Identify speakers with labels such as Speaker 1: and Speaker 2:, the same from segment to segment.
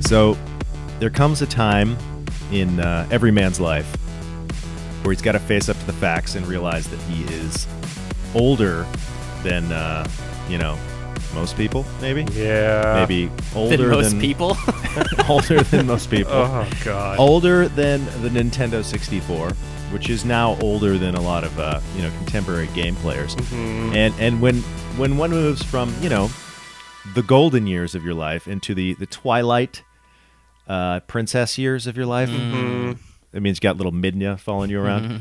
Speaker 1: So there comes a time in uh, every man's life where he's got to face up to the facts and realize that he is older than uh, you know most people, maybe.
Speaker 2: Yeah.
Speaker 1: Maybe older
Speaker 3: than most people.
Speaker 1: older than most people.
Speaker 2: Oh God.
Speaker 1: Older than the Nintendo 64, which is now older than a lot of uh, you know contemporary game players.
Speaker 2: Mhm.
Speaker 1: And and when when one moves from you know the golden years of your life into the the twilight uh, princess years of your life, that means you got little Midna following you around.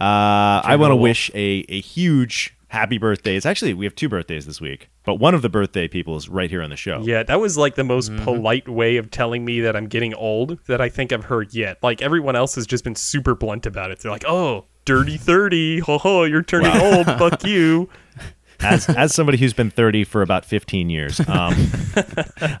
Speaker 1: Uh, I want to wish a a huge happy birthday. It's actually we have two birthdays this week, but one of the birthday people is right here on the show.
Speaker 2: Yeah, that was like the most polite way of telling me that I'm getting old that I think I've heard yet. Like everyone else has just been super blunt about it. They're like, "Oh, dirty thirty, ho ho, you're turning old, fuck you."
Speaker 1: as as somebody who's been 30 for about 15 years, um,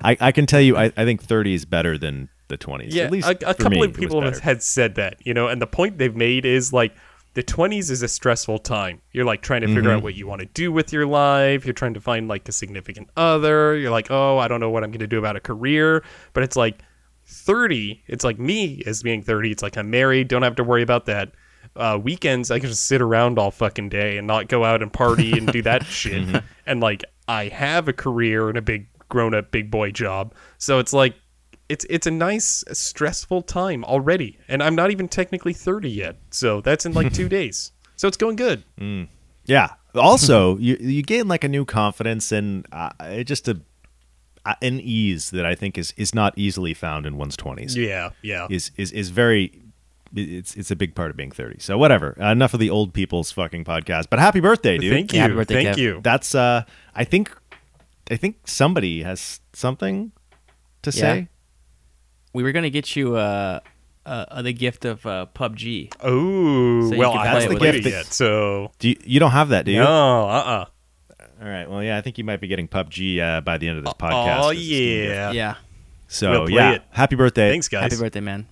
Speaker 1: I, I can tell you, I, I think 30 is better than the 20s.
Speaker 2: Yeah,
Speaker 1: at least
Speaker 2: a, a
Speaker 1: for
Speaker 2: couple
Speaker 1: me,
Speaker 2: of people
Speaker 1: it was better.
Speaker 2: had said that, you know, and the point they've made is like the 20s is a stressful time. You're like trying to figure
Speaker 1: Mm-hmm.
Speaker 2: out what you want to do with your life. You're trying to find like a significant other. You're like, oh, I don't know what I'm going to do about a career. But it's like 30, it's like me as being 30. It's like I'm married, don't have to worry about that. Uh, weekends, I can just sit around all fucking day and not go out and party and do that shit.
Speaker 1: Mm-hmm.
Speaker 2: And like, I have a career and a big grown up big boy job. So it's like, it's it's a nice stressful time already and i'm not even technically 30 yet so that's in like two days so it's going good
Speaker 1: yeah. Also, you you gain like a new confidence and uh, it just a uh, an ease that I think is is not easily found in one's 20s.
Speaker 2: yeah yeah
Speaker 1: Is is is very. It's it's a big part of being 30. So whatever. enough of the old people's fucking podcast. But happy birthday, dude.
Speaker 2: thank you
Speaker 3: Yeah, happy birthday,
Speaker 2: thank
Speaker 3: Kev.
Speaker 2: you
Speaker 1: That's uh I think I think somebody has something to
Speaker 3: Yeah.
Speaker 1: say.
Speaker 3: we were gonna get you uh, uh, the gift of uh, PUBG.
Speaker 2: oh
Speaker 3: So you
Speaker 2: well
Speaker 3: can
Speaker 2: i
Speaker 3: play
Speaker 2: haven't
Speaker 3: it with
Speaker 2: played
Speaker 1: us.
Speaker 2: it yet so
Speaker 1: Do you, you don't have that, do you?
Speaker 2: no uh-uh
Speaker 1: All right. Well, yeah, I think you might be getting PUBG uh, by the end of this podcast.
Speaker 2: oh
Speaker 1: This is gonna be-
Speaker 2: yeah.
Speaker 3: yeah.
Speaker 1: So
Speaker 2: We'll play
Speaker 1: yeah,
Speaker 2: it.
Speaker 1: happy birthday.
Speaker 2: thanks guys
Speaker 3: Happy birthday, man.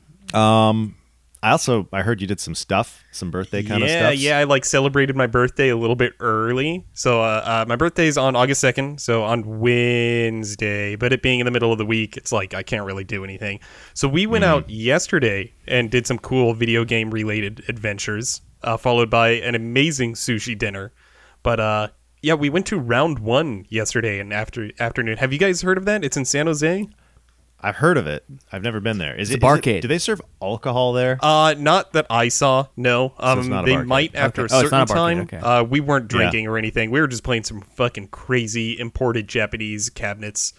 Speaker 1: I also I heard you did some stuff, some birthday kind
Speaker 2: yeah,
Speaker 1: of stuff.
Speaker 2: Yeah, I like celebrated my birthday a little bit early. So uh, uh, my birthday is on August 2nd, so on Wednesday. But it being in the middle of the week, it's like I can't really do anything. So we
Speaker 1: Mm-hmm.
Speaker 2: went out yesterday and did some cool video game related adventures, uh, followed by an amazing sushi dinner. But uh, yeah, we went to round one yesterday in after afternoon. Have you guys heard of that? It's in San Jose.
Speaker 1: I've heard of it. I've never been there. Is it is
Speaker 3: barcade.
Speaker 1: It, do they serve alcohol there?
Speaker 2: Uh, not that I saw. No, um,
Speaker 1: it's not a
Speaker 2: they
Speaker 1: barcade.
Speaker 2: might after
Speaker 3: Okay.
Speaker 2: a
Speaker 3: Oh, it's
Speaker 2: certain
Speaker 3: not a barcade,
Speaker 2: time.
Speaker 3: okay.
Speaker 2: Uh, we weren't drinking or anything. We were just playing some fucking crazy imported Japanese cabinets.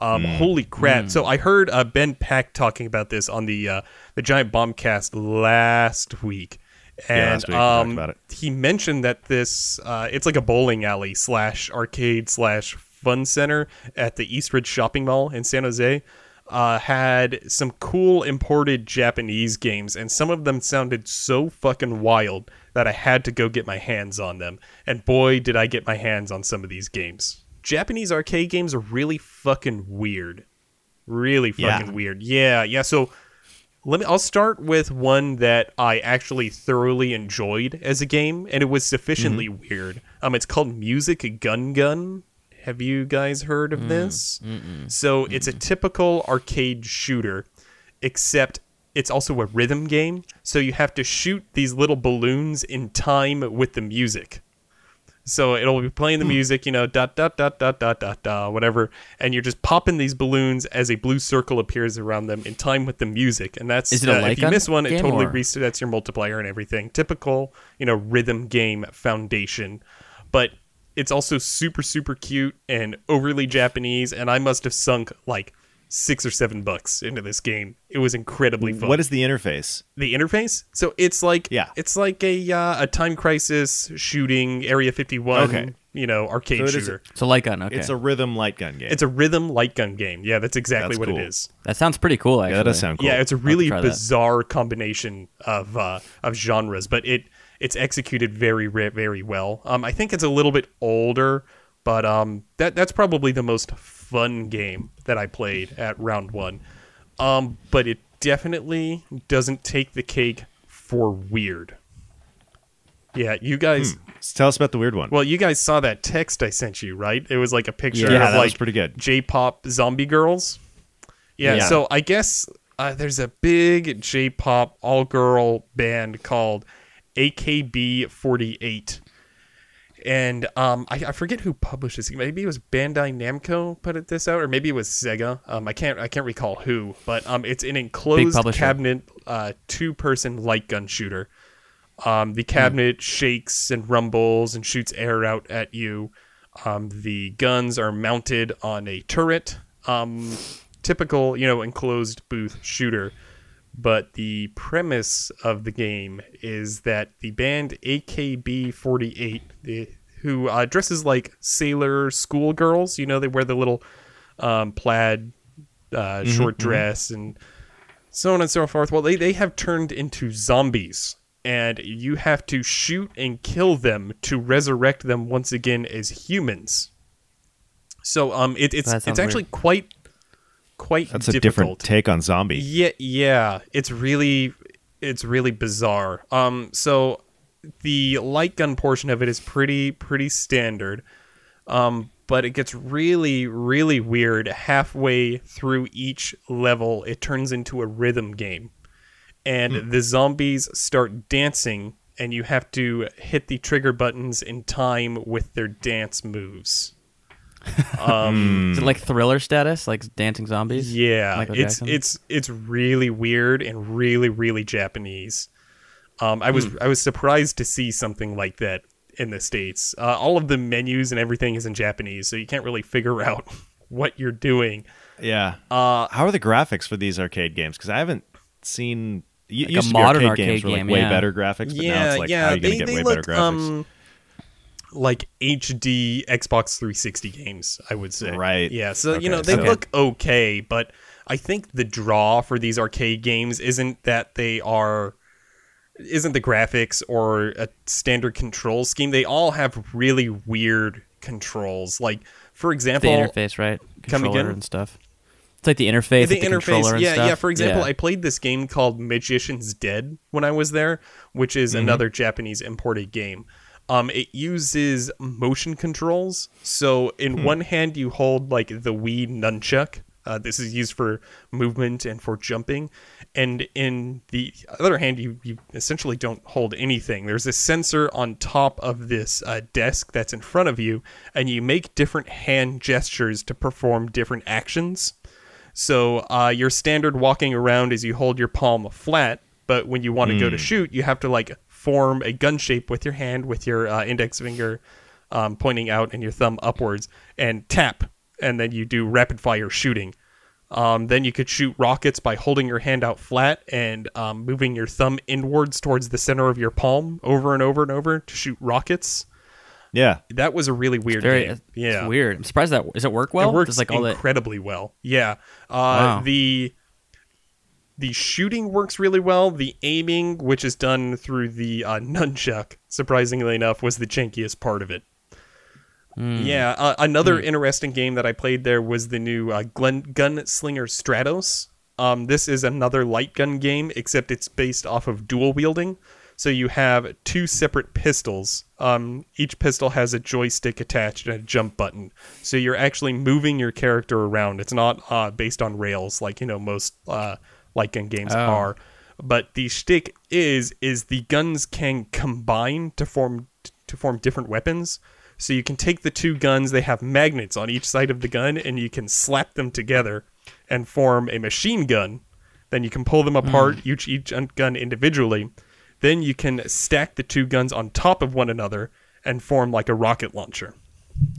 Speaker 2: Um, Holy crap! So I heard uh, Ben Pack talking about this on the uh, the Giant Bombcast last week, and
Speaker 1: last week we talked
Speaker 2: um,
Speaker 1: about it.
Speaker 2: he mentioned that this uh, it's like a bowling alley slash arcade slash fun center at the Eastridge Shopping Mall in San Jose. Uh, had some cool imported Japanese games, and some of them sounded so fucking wild that I had to go get my hands on them. And boy, did I get my hands on some of these games. Japanese arcade games are really fucking weird. Really
Speaker 1: Yeah.
Speaker 2: fucking weird. Yeah, yeah. So let me I'll start with one that I actually thoroughly enjoyed as a game and it was sufficiently weird. Um it's called Music Gun Gun. Have you guys heard of this? So it's a typical arcade shooter except it's also a rhythm game, so you have to shoot these little balloons in time with the music. So it'll be playing the
Speaker 3: Hmm.
Speaker 2: music, you know, dot dot dot dot dot dot dot, whatever, and you're just popping these balloons as a blue circle appears around them in time with the music, and that's
Speaker 3: Is it a
Speaker 2: uh, if you
Speaker 3: Lycan
Speaker 2: miss one, it
Speaker 3: game
Speaker 2: totally
Speaker 3: or-
Speaker 2: resets your multiplier and everything. Typical, you know, rhythm game foundation, but it's also super super cute and overly Japanese, and I must have sunk like six or seven bucks into this game. It was incredibly fun
Speaker 1: What is the interface?
Speaker 2: the interface. So it's like
Speaker 1: Yeah.
Speaker 2: it's like a uh, a time crisis shooting Area 51,
Speaker 1: Okay.
Speaker 2: you know, arcade
Speaker 1: So it is-
Speaker 2: shooter.
Speaker 3: So like on okay.
Speaker 1: It's a rhythm light gun game.
Speaker 2: it's a rhythm light gun game. Yeah, that's exactly
Speaker 1: That's
Speaker 2: what
Speaker 1: cool.
Speaker 2: it is.
Speaker 3: that sounds pretty cool. Actually.
Speaker 1: yeah, that does sound cool.
Speaker 2: Yeah, it's a really
Speaker 3: try that.
Speaker 2: bizarre combination of uh, of genres, but it it's executed very re- very well. Um, I think it's a little bit older, but um, that that's probably the most fun game that I played at round one. Um, but it definitely doesn't take the cake for weird. Yeah, you guys.
Speaker 1: So Tell us about the weird one.
Speaker 2: Well, you guys saw that text I sent you, right? It was like a picture
Speaker 1: Yeah,
Speaker 2: of
Speaker 1: that was
Speaker 2: like
Speaker 1: pretty good.
Speaker 2: J-pop zombie girls. Yeah,
Speaker 1: Yeah.
Speaker 2: so I guess uh, there's a big J-pop all-girl band called AKB48, and um, I, I forget who published this. Maybe it was Bandai Namco put it this out, or maybe it was Sega. Um, I can't I can't recall who, but um, it's an enclosed
Speaker 3: publisher.
Speaker 2: cabinet uh, two-person light gun shooter. Um, the cabinet shakes and rumbles and shoots air out at you. Um, the guns are mounted on a turret. Um, typical, you know, enclosed booth shooter. But the premise of the game is that the band AKB48, the, who uh, dresses like sailor schoolgirls, you know, they wear the little um, plaid uh, short dress and so on and so forth. Well, they, they have turned into zombies, and you have to shoot and kill them to resurrect them once again as humans. So um, it, it's
Speaker 3: That
Speaker 2: it's
Speaker 3: sounds weird.
Speaker 2: actually quite quite
Speaker 1: That's a different
Speaker 2: difficult.
Speaker 1: take on zombie.
Speaker 2: Yeah, yeah, it's really it's really bizarre. Um, so the light gun portion of it is pretty pretty standard. Um, but it gets really really weird halfway through each level. It turns into a rhythm game, and the zombies start dancing, and you have to hit the trigger buttons in time with their dance moves.
Speaker 3: Hmm. Is it like thriller status, like dancing zombies?
Speaker 2: Yeah,
Speaker 3: Michael
Speaker 2: it's
Speaker 3: Jackson?
Speaker 2: it's it's really weird and really really Japanese. Um, I was
Speaker 3: Hmm.
Speaker 2: I was surprised to see something like that in the states. Uh, all of the menus and everything is in Japanese, so you can't really figure out what you're doing.
Speaker 1: Yeah.
Speaker 2: Uh,
Speaker 1: How are the graphics for these arcade games? Because I haven't seen. y-
Speaker 3: Like a
Speaker 1: used to be
Speaker 3: modern
Speaker 1: arcade games
Speaker 3: arcade
Speaker 1: were like
Speaker 3: game,
Speaker 1: way
Speaker 3: yeah.
Speaker 1: better graphics, but now it's like how are you going to get way better graphics?
Speaker 2: um, like HD Xbox 360 games, I would say.
Speaker 1: Right.
Speaker 2: Yeah. So
Speaker 1: Okay,
Speaker 2: you know they
Speaker 1: so-
Speaker 2: look okay, but I think the draw for these arcade games isn't that they are isn't the graphics or a standard control scheme. They all have really weird controls. Like for
Speaker 3: the
Speaker 2: example,
Speaker 3: interface, right?
Speaker 2: Come
Speaker 3: Controller
Speaker 2: again?
Speaker 3: and stuff. It's like the interface,
Speaker 2: the
Speaker 3: like the
Speaker 2: interface
Speaker 3: controller and
Speaker 2: yeah
Speaker 3: stuff.
Speaker 2: yeah for example
Speaker 3: Yeah.
Speaker 2: i played this game called magician's dead when i was there which is
Speaker 3: Mm-hmm.
Speaker 2: another japanese imported game um, it uses motion controls so in
Speaker 3: Hmm.
Speaker 2: one hand you hold like the wii nunchuck uh, this is used for movement and for jumping and in the other hand you, you essentially don't hold anything there's a sensor on top of this uh, desk that's in front of you and you make different hand gestures to perform different actions so uh, your standard walking around is you hold your palm flat, but when you want to go
Speaker 3: Hmm.
Speaker 2: to shoot, you have to like form a gun shape with your hand, with your uh, index finger um, pointing out and your thumb upwards, and tap, and then you do rapid fire shooting. Um, then you could shoot rockets by holding your hand out flat and um, moving your thumb inwards towards the center of your palm over and over and over to shoot rockets.
Speaker 1: Yeah.
Speaker 2: That was a really weird
Speaker 3: Very,
Speaker 2: game.
Speaker 3: it's
Speaker 2: Yeah,
Speaker 3: weird. I'm surprised that does it work well.
Speaker 2: it works
Speaker 3: Does, like all that.
Speaker 2: incredibly well. Yeah. Uh,
Speaker 3: Wow.
Speaker 2: The the shooting works really well. The aiming, which is done through the uh, nunchuck, surprisingly enough, was the jankiest part of it.
Speaker 3: hmm.
Speaker 2: Yeah. Uh, another interesting game that I played there was the new uh, Glen- Gunslinger Stratos. Um, this is another light gun game, except it's based off of dual wielding. So you have two separate pistols. Um, each pistol has a joystick attached and a jump button. So you're actually moving your character around. It's not uh, based on rails like you know most uh, light gun games are. But the shtick is is the guns can combine to form to form different weapons. So you can take the two guns, they have magnets on each side of the gun, and you can slap them together and form a machine gun. Then you can pull them apart,
Speaker 3: Hmm.
Speaker 2: each each un- gun individually. Then you can stack the two guns on top of one another and form like a rocket launcher.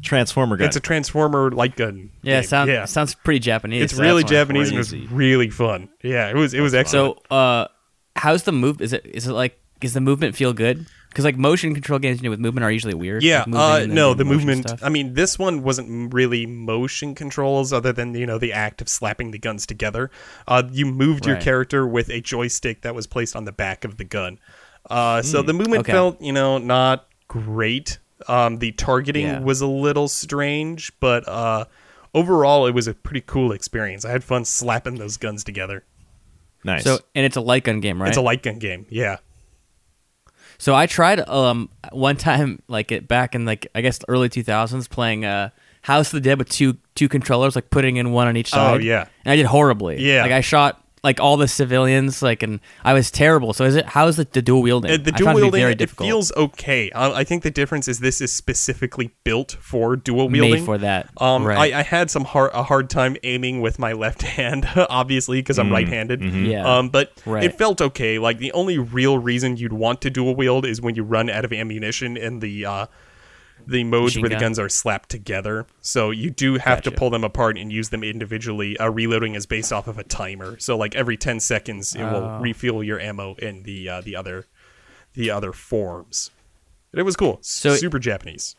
Speaker 1: Transformer gun.
Speaker 2: It's a transformer light gun.
Speaker 3: Yeah,
Speaker 2: game.
Speaker 3: sounds
Speaker 2: yeah.
Speaker 3: sounds pretty Japanese.
Speaker 2: it's
Speaker 3: so
Speaker 2: really
Speaker 3: that's why-
Speaker 2: Japanese and it was
Speaker 1: crazy.
Speaker 2: really fun. Yeah, it was it was excellent.
Speaker 3: So, uh, how's the move? Is it is it like is the movement feel good? Because like motion control games you know, with movement are usually weird.
Speaker 2: Yeah,
Speaker 3: Like, moving
Speaker 2: uh,
Speaker 3: and then
Speaker 2: no,
Speaker 3: doing
Speaker 2: the
Speaker 3: motion
Speaker 2: movement.
Speaker 3: stuff.
Speaker 2: I mean, this one wasn't m- really motion controls, other than you know the act of slapping the guns together. Uh, you moved your
Speaker 3: Right.
Speaker 2: character with a joystick that was placed on the back of the gun. Uh, so the movement
Speaker 3: Hmm, okay.
Speaker 2: felt, you know, not great. Um, the targeting
Speaker 3: Yeah.
Speaker 2: was a little strange, but uh, overall, it was a pretty cool experience. I had fun slapping those guns together.
Speaker 1: nice.
Speaker 3: So and it's a light gun game, right?
Speaker 2: It's a light gun game, yeah.
Speaker 3: So I tried um one time like it back in like I guess the early 2000s playing uh House of the Dead with two two controllers, like putting in one on each side.
Speaker 2: Oh, yeah.
Speaker 3: and I did horribly.
Speaker 2: Yeah.
Speaker 3: like I shot like all the civilians, like, and I was terrible. So is it? How is the, the dual wielding?
Speaker 2: Uh,
Speaker 3: I
Speaker 2: the
Speaker 3: found
Speaker 2: dual
Speaker 3: it to be
Speaker 2: wielding
Speaker 3: very
Speaker 2: it
Speaker 3: difficult.
Speaker 2: feels okay. I, I think the difference is this is specifically built for dual
Speaker 3: Made
Speaker 2: wielding
Speaker 3: for that.
Speaker 2: Um,
Speaker 3: Right.
Speaker 2: I, I had some hard, a hard time aiming with my left hand, obviously, because I'm right-handed.
Speaker 3: Yeah.
Speaker 2: Um, but
Speaker 3: Mm-hmm. Right.
Speaker 2: it felt okay. Like the only real reason you'd want to dual wield is when you run out of ammunition and the uh, the modes
Speaker 3: Machine
Speaker 2: where the
Speaker 3: gun.
Speaker 2: guns are slapped together. So you do have to
Speaker 3: Gotcha.
Speaker 2: pull them apart and use them individually. Uh, reloading is based off of a timer. So like every 10 seconds, it
Speaker 3: Oh.
Speaker 2: will refuel your ammo in the uh, the other the other forms. And it was cool.
Speaker 3: So-
Speaker 2: super Japanese.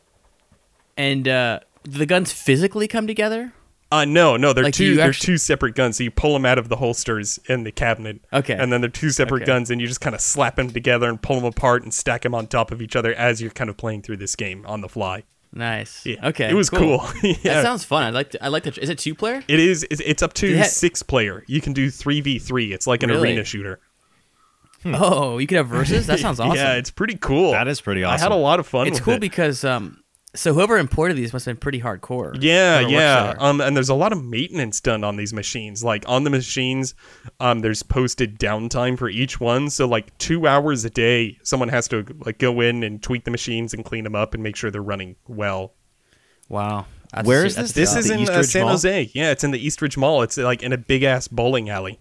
Speaker 3: and uh, do the guns physically come together.
Speaker 2: Uh, no, no, they're
Speaker 3: Like,
Speaker 2: two.
Speaker 3: you
Speaker 2: They're
Speaker 3: actu-
Speaker 2: two separate guns. So you pull them out of the holsters in the cabinet.
Speaker 3: Okay.
Speaker 2: And then they're two separate
Speaker 3: Okay.
Speaker 2: guns, and you just kind of slap them together and pull them apart and stack them on top of each other as you're kind of playing through this game on the fly.
Speaker 3: Nice.
Speaker 2: Yeah.
Speaker 3: Okay.
Speaker 2: It was cool. yeah.
Speaker 3: That sounds fun. I like. To, I like to. Is it two player?
Speaker 2: it is. It's, it's up to
Speaker 3: Did it ha-
Speaker 2: six player. You can do three v three. It's like an
Speaker 3: Really?
Speaker 2: arena shooter.
Speaker 3: Oh, you could have verses. That sounds awesome.
Speaker 2: Yeah, it's pretty cool.
Speaker 1: That is pretty
Speaker 2: I
Speaker 1: awesome.
Speaker 2: had a lot of fun.
Speaker 3: it's
Speaker 2: with
Speaker 3: cool
Speaker 2: it.
Speaker 3: because um, so whoever imported these must have been pretty hardcore.
Speaker 2: Yeah,
Speaker 3: Or works
Speaker 2: yeah.
Speaker 3: there.
Speaker 2: Um, and there's a lot of maintenance done on these machines. Like on the machines, um, there's posted downtime for each one. So like two hours a day, someone has to like go in and tweak the machines and clean them up and make sure they're running well.
Speaker 3: Wow. That's
Speaker 1: Where is
Speaker 3: that's
Speaker 1: this?
Speaker 2: This
Speaker 1: Yeah.
Speaker 2: is
Speaker 1: The
Speaker 2: in uh,
Speaker 1: Eastridge
Speaker 2: San
Speaker 1: Mall?
Speaker 2: Jose. Yeah, it's in the Eastridge Mall. It's like in a big ass bowling alley.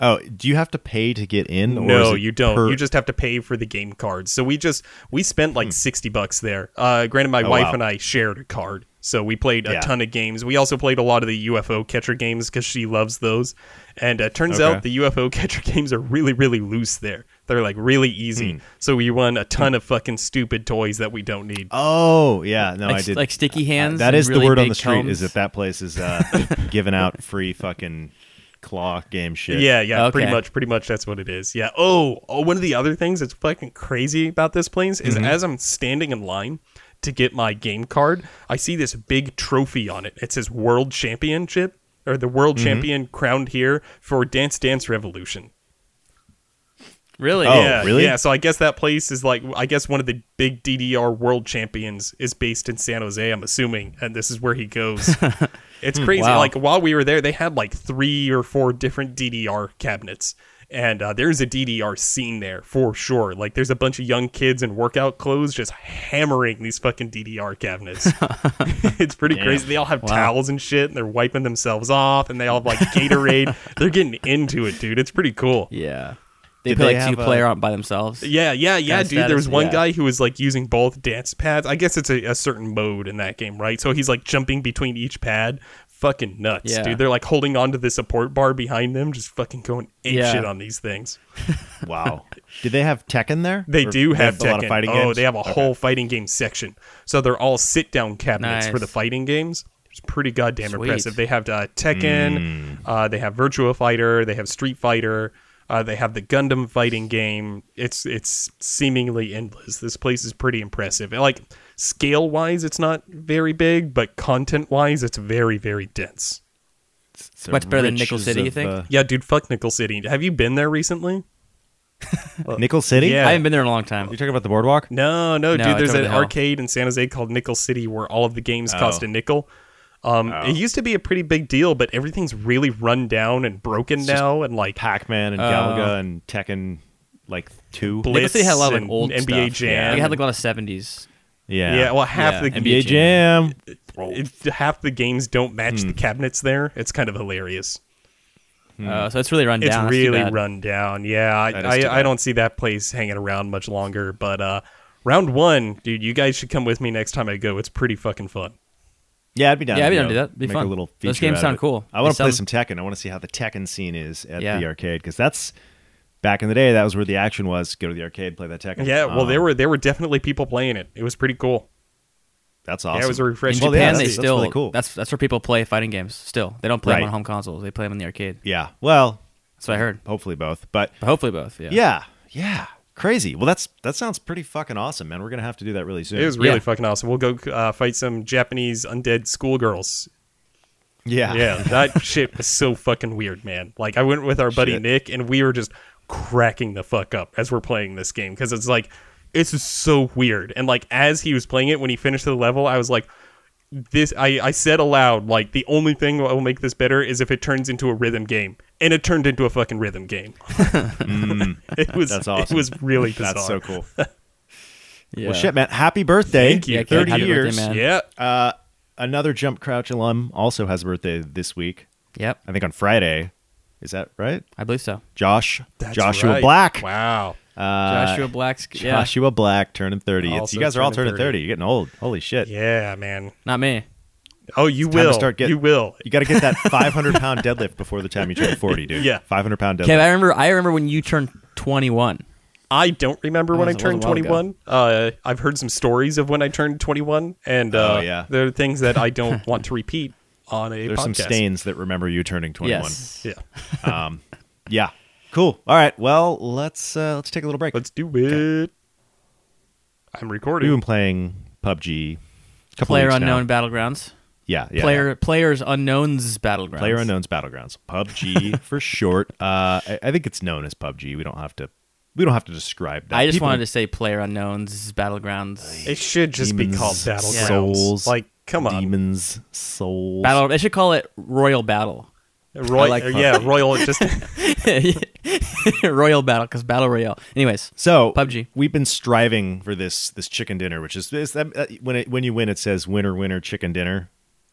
Speaker 1: Oh, do you have to pay to get in? Or is
Speaker 2: No,
Speaker 1: it
Speaker 2: you don't.
Speaker 1: per-
Speaker 2: You just have to pay for the game cards. So we just we spent like sixty bucks there. Uh, granted, my wife
Speaker 1: Hmm. Oh, wow.
Speaker 2: and I shared a card, so we played a
Speaker 1: Yeah.
Speaker 2: ton of games. We also played a lot of the UFO catcher games because she loves those. And uh, turns
Speaker 1: Okay.
Speaker 2: out the UFO catcher games are really really loose there. They're like really easy.
Speaker 1: Hmm.
Speaker 2: So we won a ton of fucking stupid toys that we don't need.
Speaker 1: Oh yeah, no,
Speaker 3: Like,
Speaker 1: I did.
Speaker 3: like sticky
Speaker 1: Uh,
Speaker 3: hands.
Speaker 1: that
Speaker 3: and
Speaker 1: is
Speaker 3: really
Speaker 1: the word on
Speaker 3: big
Speaker 1: the street. Is
Speaker 3: combs.
Speaker 1: that that place is uh, giving out free fucking claw game shit?
Speaker 2: Yeah, yeah, pretty
Speaker 3: Okay.
Speaker 2: much, pretty much that's what it is. Yeah. Oh, oh, one of the other things that's fucking crazy about this planes is as I'm standing in line to get my game card, I see this big trophy on it. It says World Championship or the World Champion crowned here for Dance Dance Revolution.
Speaker 3: really?
Speaker 1: Oh,
Speaker 2: yeah,
Speaker 1: really?
Speaker 2: Yeah, so I guess that place is like I guess one of the big DDR world champions is based in San Jose, I'm assuming, and this is where he goes. it's crazy.
Speaker 3: wow.
Speaker 2: Like while we were there, they had like three or four different DDR cabinets. And uh, there's a DDR scene there for sure. Like, there's a bunch of young kids in workout clothes just hammering these fucking DDR cabinets. it's pretty crazy. They all have towels and shit, and they're wiping themselves off, and they all have like Gatorade. they're getting into it, dude. It's pretty cool.
Speaker 3: Yeah. They
Speaker 1: Did
Speaker 3: play
Speaker 1: they
Speaker 3: like
Speaker 1: have
Speaker 3: two player
Speaker 1: a-
Speaker 3: on by themselves.
Speaker 2: Yeah, yeah, yeah,
Speaker 3: Kinda
Speaker 2: dude. There was
Speaker 3: status,
Speaker 2: one
Speaker 3: yeah.
Speaker 2: guy who was like using both dance pads. I guess it's a, a certain mode in that game, right? So he's like jumping between each pad. Fucking nuts,
Speaker 3: Yeah.
Speaker 2: dude. They're like holding onto the support bar behind them, just fucking going ape
Speaker 3: Yeah.
Speaker 2: shit on these things.
Speaker 1: Wow. Did they have Tekken there?
Speaker 2: They
Speaker 1: Or
Speaker 2: do have,
Speaker 1: a lot of
Speaker 2: Tekken.
Speaker 1: fighting
Speaker 2: oh,
Speaker 1: games.
Speaker 2: they have a
Speaker 1: Okay.
Speaker 2: whole fighting game section. So they're all sit down cabinets for
Speaker 3: Nice.
Speaker 2: the fighting games. It's pretty goddamn
Speaker 3: Sweet.
Speaker 2: impressive. They have uh,
Speaker 1: Mm.
Speaker 2: Tekken, uh, they have Virtua Fighter, they have Street Fighter, uh, they have the Gundam fighting game. It's it's seemingly endless. This place is pretty impressive. And, Like scale wise, it's not very big, but content wise, it's very very dense.
Speaker 1: It's the
Speaker 3: Much better than
Speaker 1: riches
Speaker 3: Nickel City, you
Speaker 1: of,
Speaker 3: think?
Speaker 1: uh,
Speaker 2: Yeah, dude, fuck Nickel City. Have you been there recently?
Speaker 1: Nickel City?
Speaker 2: Yeah.
Speaker 3: I haven't been there in a long time.
Speaker 1: You're talking about the boardwalk?
Speaker 2: No, no,
Speaker 3: No,
Speaker 2: dude.
Speaker 3: it's
Speaker 2: There's
Speaker 3: over
Speaker 2: an
Speaker 3: the hill.
Speaker 2: arcade in San Jose called Nickel City where all of the games cost
Speaker 1: Oh.
Speaker 2: a nickel. Um, It used to be a pretty big deal, but everything's really run down and broken
Speaker 1: just
Speaker 2: now, and like
Speaker 1: Pac-Man
Speaker 3: Uh,
Speaker 1: and Galaga and Tekken, like two.
Speaker 2: Bl-
Speaker 3: Nickel City had a lot of
Speaker 2: Blitz
Speaker 3: like old
Speaker 2: and NBA
Speaker 3: stuff.
Speaker 2: Jam.
Speaker 3: Like, it had like a lot of seventies.
Speaker 1: yeah.
Speaker 2: yeah, well, half
Speaker 3: Yeah,
Speaker 2: the
Speaker 3: NBA
Speaker 1: NBA Jam.
Speaker 2: it- half the games don't match the cabinets there. It's kind of hilarious.
Speaker 1: Hmm.
Speaker 3: Uh, so it's really run down.
Speaker 2: It's
Speaker 3: That's too
Speaker 2: really
Speaker 3: bad.
Speaker 2: run down. Yeah, I,
Speaker 1: That is too
Speaker 2: I, I
Speaker 1: bad.
Speaker 2: don't see that place hanging around much longer. But uh, round one, dude, you guys should come with me next time I go. It's pretty fucking fun.
Speaker 1: Yeah, I'd be down.
Speaker 3: Yeah, I'd be
Speaker 1: to
Speaker 3: down
Speaker 1: go
Speaker 3: to do that. It'd be
Speaker 1: make
Speaker 3: fun.
Speaker 1: a little feature.
Speaker 3: Those games
Speaker 1: out of
Speaker 3: sound
Speaker 1: it.
Speaker 3: cool.
Speaker 1: I want
Speaker 3: They
Speaker 1: to play some
Speaker 3: sound-
Speaker 1: Tekken. I want to see how the Tekken scene is at
Speaker 3: Yeah.
Speaker 1: the arcade because that's back in the day. That was where the action was. Go to the arcade, play that Tekken.
Speaker 2: Yeah, well,
Speaker 1: Um,
Speaker 2: there were there were definitely people playing it. It was pretty cool.
Speaker 1: That's
Speaker 2: it
Speaker 1: awesome.
Speaker 2: was a refresh-
Speaker 3: In
Speaker 2: Well,
Speaker 3: Japan,
Speaker 2: yeah, that's-
Speaker 3: they
Speaker 1: that's
Speaker 3: still
Speaker 1: really cool.
Speaker 3: that's that's where people play fighting games. Still, they don't play
Speaker 1: Right.
Speaker 3: them on home consoles. They play them in the arcade.
Speaker 1: yeah. Well,
Speaker 3: That's what I heard.
Speaker 1: hopefully both, but
Speaker 3: But hopefully both. Yeah.
Speaker 1: yeah, yeah, crazy. Well, that's that sounds pretty fucking awesome, man. We're gonna have to do that really soon.
Speaker 2: It was really
Speaker 3: Yeah.
Speaker 2: fucking awesome. We'll go uh, fight some Japanese undead schoolgirls.
Speaker 1: yeah,
Speaker 2: Yeah, that shit was so fucking weird, man. Like I went with our buddy
Speaker 1: Shit.
Speaker 2: Nick, and we were just cracking the fuck up as we're playing this game because it's like it's just so weird. And like as he was playing it, when he finished the level, I was like, this I, I said aloud like the only thing that will make this better is if it turns into a rhythm game and it turned into a fucking rhythm game it
Speaker 1: Mm.
Speaker 2: was
Speaker 1: That's awesome.
Speaker 2: it was really bizarre.
Speaker 1: That's so cool.
Speaker 3: Yeah.
Speaker 1: Well, shit, man. Happy birthday.
Speaker 2: Thank you. Yeah, kid,
Speaker 1: 30
Speaker 3: happy birthday,
Speaker 1: years.
Speaker 3: man.
Speaker 2: yeah
Speaker 1: Uh, another Jump Crouch alum also has a birthday this week.
Speaker 3: Yep.
Speaker 1: I think on Friday. Is that right?
Speaker 3: I believe so.
Speaker 1: Josh.
Speaker 2: that's
Speaker 1: Joshua
Speaker 2: right.
Speaker 1: Black.
Speaker 2: wow
Speaker 1: Uh,
Speaker 3: Joshua Black's. Yeah.
Speaker 1: Joshua Black turning 30. It's-
Speaker 2: Also
Speaker 1: you guys are all
Speaker 2: turning
Speaker 1: turning 30.
Speaker 2: 30.
Speaker 1: You're getting old. Holy shit.
Speaker 2: yeah man
Speaker 3: Not me.
Speaker 2: oh you
Speaker 1: Time to
Speaker 2: will
Speaker 1: start getting-
Speaker 2: you will
Speaker 1: You got to get that 500 pound deadlift before the time you turn 40, dude.
Speaker 2: Yeah.
Speaker 1: 500 pound deadlift.
Speaker 3: Kev, I remember. I remember when you turned 21.
Speaker 2: I don't remember when I
Speaker 3: was- that was a
Speaker 2: turned
Speaker 3: while ago.
Speaker 2: 21. Uh, I've heard some stories of when I turned 21, and uh,
Speaker 1: Oh, yeah.
Speaker 2: there are things that I don't want to repeat on a
Speaker 1: There's
Speaker 2: podcast.
Speaker 1: some stains that remember you turning 21.
Speaker 3: Yes.
Speaker 2: Yeah,
Speaker 1: Yeah. Cool. All right. Well, let's uh, let's take a little break.
Speaker 2: let's do it. I'm recording.
Speaker 1: We've been playing PUBG. a couple
Speaker 3: Player
Speaker 1: weeks now.
Speaker 3: unknown battlegrounds.
Speaker 1: Yeah, yeah.
Speaker 3: Player players unknowns battlegrounds.
Speaker 1: Player Unknown's Battlegrounds, PUBG for short. Uh, I, I think it's known as PUBG. We don't have to. We don't have to describe that.
Speaker 3: I just
Speaker 1: People-
Speaker 3: wanted to say player unknowns battlegrounds.
Speaker 2: It should just be called
Speaker 1: Demons,
Speaker 2: Battlegrounds.
Speaker 1: Souls,
Speaker 2: like, come on,
Speaker 1: Demons, souls.
Speaker 3: Battle. They should call it royal battle.
Speaker 2: Roy-
Speaker 3: I like
Speaker 2: yeah,
Speaker 1: PUBG.
Speaker 2: Royal. Just
Speaker 3: royal battle because battle royale. Anyways,
Speaker 1: So
Speaker 3: PUBG.
Speaker 1: We've been striving for this this chicken dinner, which is is that, that- when it, when you win, it says "winner, winner, chicken dinner."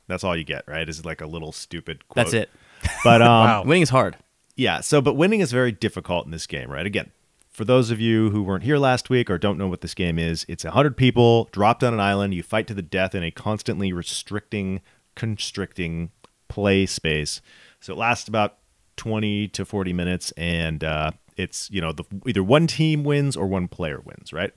Speaker 1: That's all you get, right? Is like a little stupid. Quote.
Speaker 3: that's it.
Speaker 1: But um,
Speaker 2: Wow.
Speaker 3: Winning is hard.
Speaker 1: Yeah. So, but winning is very difficult in this game, right? Again, for those of you who weren't here last week or don't know what this game is, it's 100 people dropped on an island. You fight to the death in a constantly restricting, constricting play space. So it lasts about 20 to 40 minutes, and uh, it's you know the, either one team wins or one player wins, right?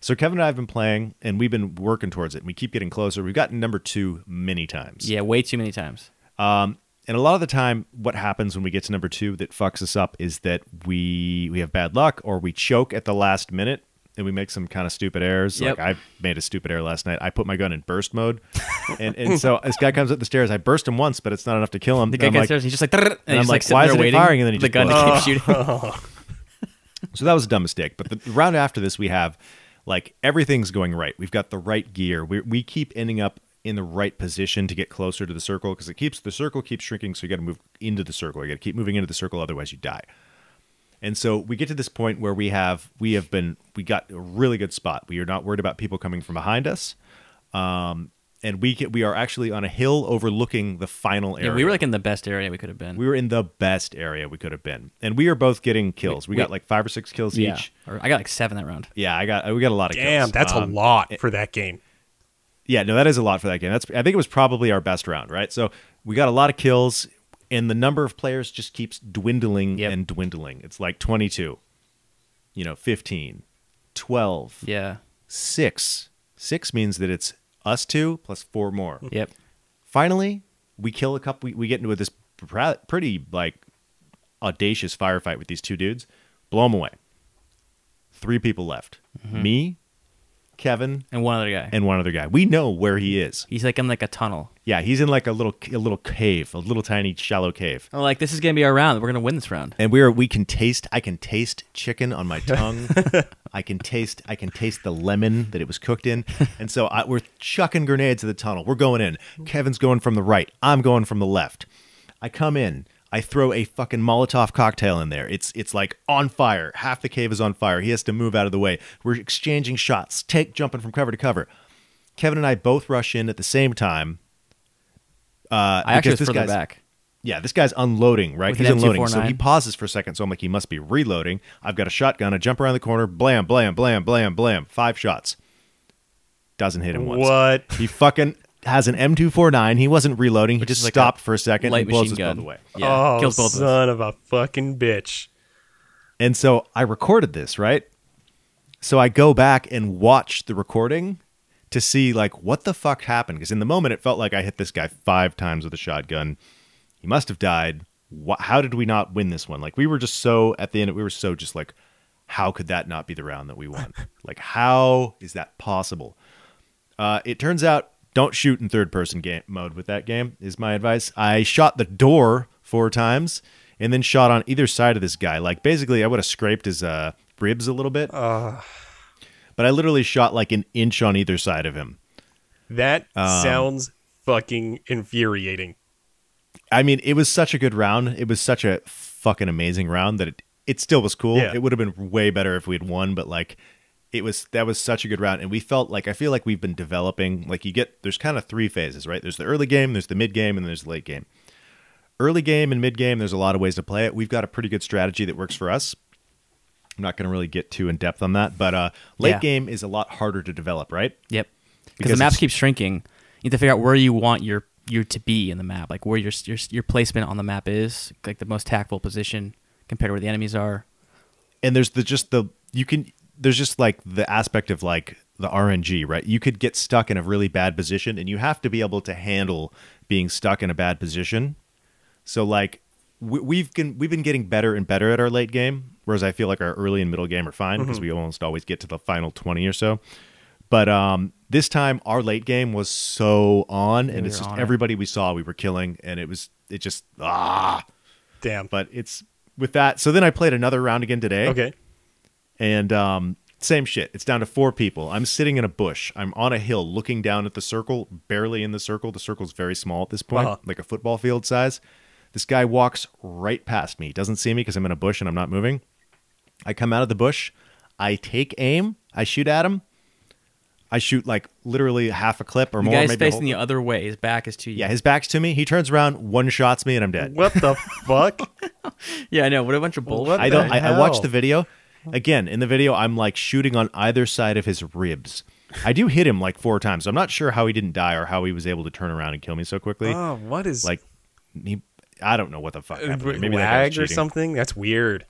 Speaker 1: So Kevin and I have been playing, and we've been working towards it. And we keep getting closer. We've gotten number two many times.
Speaker 3: Yeah, way too many times.
Speaker 1: Um, and a lot of the time, what happens when we get to number two that fucks us up is that we we have bad luck or we choke at the last minute and we make some kind of stupid errors.
Speaker 3: Yep.
Speaker 1: Like I made a stupid error last night. I put my gun in burst mode, and and so this guy comes up the stairs. I burst him once, but it's not enough to kill him.
Speaker 3: The
Speaker 1: And
Speaker 3: guy
Speaker 1: I'm like-
Speaker 3: gets there and he's just like, "Trrr," and,
Speaker 1: I'm
Speaker 3: he's
Speaker 1: like,
Speaker 3: like, sitting
Speaker 1: "Why
Speaker 3: there
Speaker 1: isn't it
Speaker 3: waiting,
Speaker 1: firing?" And then he
Speaker 3: the
Speaker 1: just "Oh."
Speaker 3: gun
Speaker 1: blows
Speaker 3: to keep shooting.
Speaker 1: So that was a dumb mistake. But the the round after this, we have like everything's going right. We've got the right gear. We we keep ending up in the right position to get closer to the circle because it keeps the circle keeps shrinking. So you got to move into the circle. You got to keep moving into the circle, otherwise you die. And so we get to this point where we have we have been we got a really good spot. We are not worried about people coming from behind us. Um, and we get, we are actually on a hill overlooking the final area.
Speaker 3: Yeah, we were like in the best area we could have been.
Speaker 1: We were in the best area we could have been, and we are both getting kills. We,
Speaker 3: we-
Speaker 1: got like five or six kills
Speaker 3: yeah.
Speaker 1: each.
Speaker 3: Or I got like seven that round.
Speaker 1: Yeah, I got we got a lot of
Speaker 2: damn,
Speaker 1: kills.
Speaker 2: that's
Speaker 1: Um,
Speaker 2: a lot for that game.
Speaker 1: Yeah, no, that is a lot for that game. That's I think it was probably our best round, right? So we got a lot of kills, and the number of players just keeps dwindling
Speaker 3: Yep.
Speaker 1: and dwindling. It's like twenty two, you know, 15, 12,
Speaker 3: Yeah.
Speaker 1: six. Six means that it's us two plus four more.
Speaker 2: Hmm.
Speaker 3: Yep.
Speaker 1: Finally, we kill a couple. We, we get into this pra- pretty like audacious firefight with these two dudes. Blow them away. Three people left:
Speaker 2: Mm-hmm.
Speaker 1: me, Kevin,
Speaker 3: And one other guy.
Speaker 1: and one other guy. We know where he is.
Speaker 3: he's like in like a tunnel.
Speaker 1: Yeah, he's in like a little a little cave, a little tiny shallow cave.
Speaker 3: I'm like, this is gonna be our round. We're gonna win this round.
Speaker 1: And we are we can taste I can taste chicken on my tongue. I can taste I can taste the lemon that it was cooked in. And so I, we're chucking grenades to the tunnel. We're going in. Kevin's going from the right. I'm going from the left. I come in. I throw a fucking Molotov cocktail in there. It's it's like on fire. Half the cave is on fire. He has to move out of the way. We're exchanging shots. Take jumping from cover to cover. Kevin and I both rush in at the same time. Uh,
Speaker 3: I
Speaker 1: because
Speaker 3: actually was
Speaker 1: this
Speaker 3: further
Speaker 1: guy's-
Speaker 3: back.
Speaker 1: yeah, this guy's unloading, right?
Speaker 3: With
Speaker 1: He's
Speaker 3: an
Speaker 1: unloading. So
Speaker 3: M249.
Speaker 1: he pauses for a second. So I'm like, he must be reloading. I've got a shotgun. I jump around the corner. Blam, blam, blam, blam, blam. Five shots. Doesn't hit him once.
Speaker 2: What?
Speaker 1: He fucking has an M249. He wasn't reloading. He
Speaker 3: Which is
Speaker 1: just
Speaker 3: like
Speaker 1: stopped
Speaker 3: a
Speaker 1: for a second
Speaker 3: Light
Speaker 1: and blows
Speaker 3: machine
Speaker 1: us
Speaker 3: gun.
Speaker 1: both away.
Speaker 3: Yeah.
Speaker 2: oh,
Speaker 3: Kills both of us.
Speaker 2: son of a fucking bitch.
Speaker 1: And so I recorded this, right? So I go back and watch the recording to see like what the fuck happened because in the moment it felt like I hit this guy 5 times with a shotgun. He must have died. Wha how did we not win this one? Like we were just so at the end we were so just like how could that not be the round that we won? like how is that possible? Uh, it turns out don't shoot in third person game mode with that game is my advice. I shot the door four times and then shot on either side of this guy. Like basically, I would have scraped his uh, ribs a little bit, but I literally shot like an inch on either side of him.
Speaker 2: That sounds fucking infuriating.
Speaker 1: I mean, it was such a good round. It was such a fucking amazing round that it, it still was cool.
Speaker 2: Yeah.
Speaker 1: It would have been way better if we had won, but like it was that was such a good round and we felt like I feel like we've been developing like you get there's kind of three phases, right? There's the early game, there's the mid game, and there's the late game. Early game and mid game, there's a lot of ways to play it. We've got a pretty good strategy that works for us. I'm not going to really get too in depth on that, but uh late
Speaker 3: Yeah.
Speaker 1: game is a lot harder to develop, right?
Speaker 3: Yep. Because the
Speaker 1: Because
Speaker 3: map
Speaker 1: it's-
Speaker 3: keeps shrinking. You have to figure out where you want your you to be in the map, like where your your your placement on the map is, like the most tactful position compared to where the enemies are.
Speaker 1: and there's the just the you can there's just like the aspect of like the RNG, right? You could get stuck in a really bad position and you have to be able to handle being stuck in a bad position. So like we, we've can we've been getting better and better at our late game, whereas I feel like our early and middle game are fine because
Speaker 3: Mm-hmm.
Speaker 1: we almost always get to the final 20 or so. But um this time our late game was so on and
Speaker 3: we
Speaker 1: it's
Speaker 3: were
Speaker 1: just
Speaker 3: on it.
Speaker 1: everybody we saw we were killing and it was it just ah
Speaker 2: Damn.
Speaker 1: but it's with that. So then I played another round again today
Speaker 2: okay.
Speaker 1: and um, same shit. It's down to four people. I'm sitting in a bush. I'm on a hill, looking down at the circle, barely in the circle. The circle's very small at this point,
Speaker 2: Uh-huh.
Speaker 1: like a football field size. This guy walks right past me. Doesn't see me because I'm in a bush and I'm not moving. I come out of the bush. I take aim. I shoot at him. I shoot like literally half a clip or
Speaker 3: The
Speaker 1: more.
Speaker 3: guy's
Speaker 1: maybe a
Speaker 3: facing
Speaker 1: whole-
Speaker 3: the other way. His back is to you.
Speaker 1: yeah, his back's to me. He turns around, one shots me, and I'm dead.
Speaker 2: What the fuck?
Speaker 3: yeah, I know. What a bunch of bullshit.
Speaker 2: what
Speaker 1: I don't.
Speaker 2: the
Speaker 1: I, I watched
Speaker 2: hell?
Speaker 1: the video again. In the video, I'm like shooting on either side of his ribs. I do hit him like four times. I'm not sure how he didn't die or how he was able to turn around and kill me so quickly.
Speaker 2: Oh, what is
Speaker 1: like he, I don't know what the fuck
Speaker 2: uh,
Speaker 1: happened. Maybe that guy was
Speaker 2: lag or
Speaker 1: cheating.
Speaker 2: something? That's weird.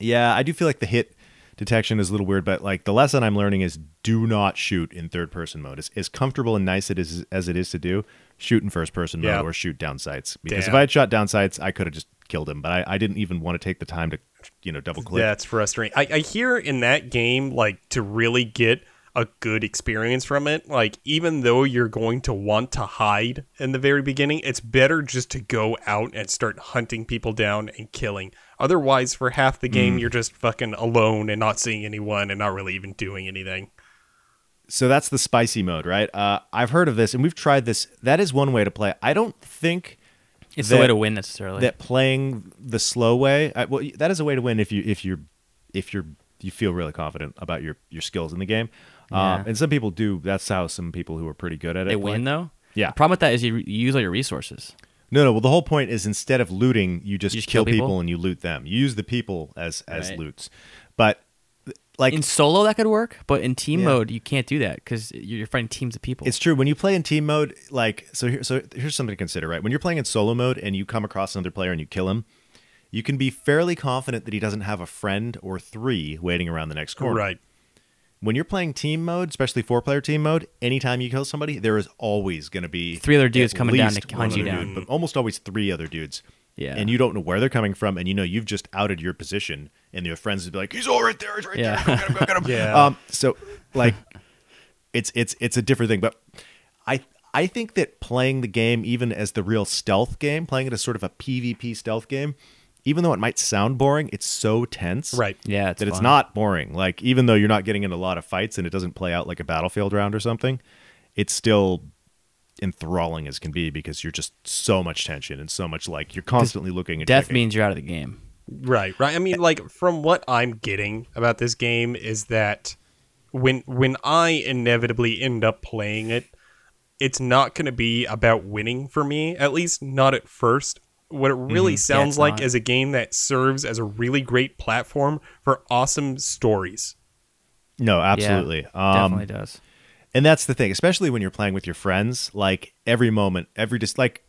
Speaker 1: Yeah, I do feel like the hit detection is a little weird, but like the lesson I'm learning is do not shoot in third person mode. As, as comfortable and nice it is as it is to do, shoot in first person mode
Speaker 2: Yeah.
Speaker 1: or shoot down sights. Because
Speaker 2: Damn.
Speaker 1: if I had shot down sights, I could have just killed him. But I, I didn't even want to take the time to, you know, double click.
Speaker 2: That's frustrating. I, I hear in that game, like, to really get a good experience from it, like, even though you're going to want to hide in the very beginning, it's better just to go out and start hunting people down and killing. Otherwise, for half the
Speaker 1: Mm.
Speaker 2: game, you're just fucking alone and not seeing anyone and not really even doing anything.
Speaker 1: So that's the spicy mode, right? Uh, I've heard of this, and we've tried this. That is one way to play. I don't think
Speaker 3: It's
Speaker 1: that-
Speaker 3: the way to win necessarily.
Speaker 1: that playing the slow way. I, well, that is a way to win if you if you're if you're you feel really confident about your your skills in the game. Uh,
Speaker 3: Yeah.
Speaker 1: and some people do. That's how some people who are pretty good at it
Speaker 3: they
Speaker 1: play.
Speaker 3: win though.
Speaker 1: Yeah.
Speaker 3: The problem with that is you, re- you use all your resources.
Speaker 1: No, no. Well, the whole point is instead of looting, you just,
Speaker 3: You just
Speaker 1: kill
Speaker 3: kill
Speaker 1: people.
Speaker 3: people?
Speaker 1: and you loot them. You use the people as as
Speaker 3: Right.
Speaker 1: loots, but like
Speaker 3: In solo, that could work, but in team
Speaker 1: Yeah.
Speaker 3: mode, you can't do that because you're fighting teams of people.
Speaker 1: It's true when you play in team mode. Like so, here, so here's something to consider, right? When you're playing in solo mode and you come across another player and you kill him, you can be fairly confident that he doesn't have a friend or three waiting around the next corner.
Speaker 2: Right.
Speaker 1: When you're playing team mode, especially four player team mode, anytime you kill somebody, there is always going to be
Speaker 3: Three other dudes
Speaker 1: at
Speaker 3: coming down to
Speaker 1: least
Speaker 3: hunt
Speaker 1: one
Speaker 3: you
Speaker 1: other
Speaker 3: down.
Speaker 1: dude, but almost always three other dudes.
Speaker 3: Yeah.
Speaker 1: And you don't know where they're coming from, and you know you've just outed your position, and your friends would be like, "He's all right there, he's right
Speaker 3: Yeah.
Speaker 1: there, go get him, go get him."
Speaker 2: Yeah.
Speaker 1: Um, so like, it's it's it's a different thing, but I I think that playing the game even as the real stealth game, playing it as sort of a PvP stealth game, even though it might sound boring, it's so tense,
Speaker 2: Right.
Speaker 3: yeah, it's
Speaker 1: that it's
Speaker 3: fun.
Speaker 1: not boring. Like even though you're not getting in a lot of fights and it doesn't play out like a battlefield round or something, it's still enthralling as can be because you're just so much tension and so much like you're constantly looking at
Speaker 3: Death means you're out of the game.
Speaker 2: Right, right. I mean, like from what I'm getting about this game is that when when I inevitably end up playing it, it's not going to be about winning for me, at least not at first. What it
Speaker 1: Mm-hmm.
Speaker 2: really sounds
Speaker 3: it's
Speaker 2: like
Speaker 3: not.
Speaker 2: is a game that serves as a really great platform for awesome stories.
Speaker 1: no
Speaker 3: Yeah,
Speaker 1: absolutely um,
Speaker 3: definitely does.
Speaker 1: And that's the thing, especially when you're playing with your friends, like every moment, every just like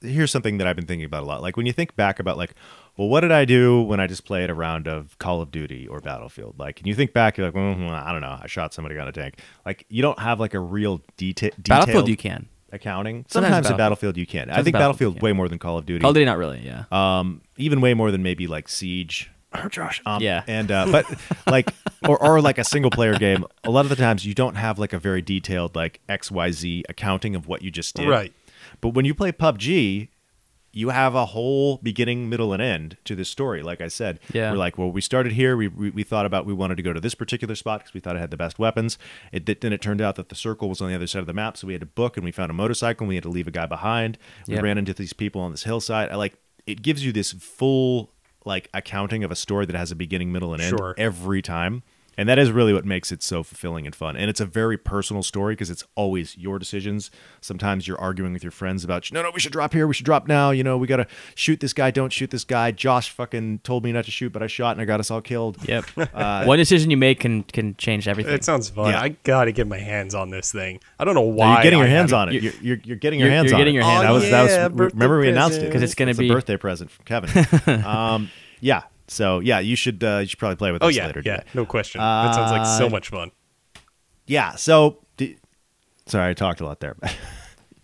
Speaker 1: here's something that I've been thinking about a lot. Like when you think back about like, well, what did I do when I just played a round of Call of Duty or Battlefield? Like, and you think back, you're like, mm, I don't know, I shot somebody on a tank. Like, you don't have like a real detail
Speaker 3: Battlefield, you can.
Speaker 1: accounting. Sometimes,
Speaker 3: Sometimes
Speaker 1: in
Speaker 3: Battlefield.
Speaker 1: Battlefield you can. I
Speaker 3: Sometimes
Speaker 1: think Battlefield
Speaker 3: Battlefield you
Speaker 1: way more than Call of Duty.
Speaker 3: Call of Duty, not really. Yeah.
Speaker 1: Um, even way more than maybe like Siege. Or Josh. Um,
Speaker 3: Yeah.
Speaker 1: And uh, but like or or like a single player game. A lot of the times you don't have like a very detailed like X Y Z accounting of what you just did.
Speaker 2: Right.
Speaker 1: But when you play PUBG, you have a whole beginning, middle, and end to this story. Like I said,
Speaker 3: Yeah.
Speaker 1: we're like, well, we started here. We, we, we thought about we wanted to go to this particular spot because we thought it had the best weapons. It did, then it turned out that the circle was on the other side of the map, so we had to book and we found a motorcycle and we had to leave a guy behind. We
Speaker 3: Yep.
Speaker 1: ran into these people on this hillside. I like it gives you this full like accounting of a story that has a beginning, middle, and end
Speaker 2: Sure.
Speaker 1: every time. And that is really what makes it so fulfilling and fun. And it's a very personal story because it's always your decisions. Sometimes you're arguing with your friends about, no, no, we should drop here. We should drop now. You know, we got to shoot this guy. Don't shoot this guy. Josh fucking told me not to shoot, but I shot and I got us all killed.
Speaker 3: Yep.
Speaker 1: uh,
Speaker 3: One decision you make can can change everything.
Speaker 2: It sounds fun.
Speaker 1: Yeah.
Speaker 2: I gotta get my hands on this thing. I don't know
Speaker 1: Now
Speaker 2: why.
Speaker 1: You're getting your
Speaker 2: I
Speaker 1: hands
Speaker 2: haven't-
Speaker 1: on it. You're, you're, you're getting your
Speaker 3: You're-
Speaker 1: hands
Speaker 3: you're
Speaker 1: on
Speaker 3: getting
Speaker 1: it.
Speaker 3: your hands
Speaker 1: that
Speaker 3: on
Speaker 1: was,
Speaker 2: it.
Speaker 1: that
Speaker 2: Yeah,
Speaker 1: was,
Speaker 2: birthday
Speaker 1: remember we announced it.
Speaker 2: present.
Speaker 3: 'Cause it's gonna
Speaker 1: It's
Speaker 3: be-
Speaker 1: a birthday present from Kevin. um, yeah. So, yeah, you should, uh, you should probably play with
Speaker 2: Oh
Speaker 1: us
Speaker 2: yeah,
Speaker 1: later
Speaker 2: yeah,
Speaker 1: today.
Speaker 2: no question. that sounds like so
Speaker 1: Uh,
Speaker 2: much fun.
Speaker 1: Yeah. So, d- sorry, I talked a lot there.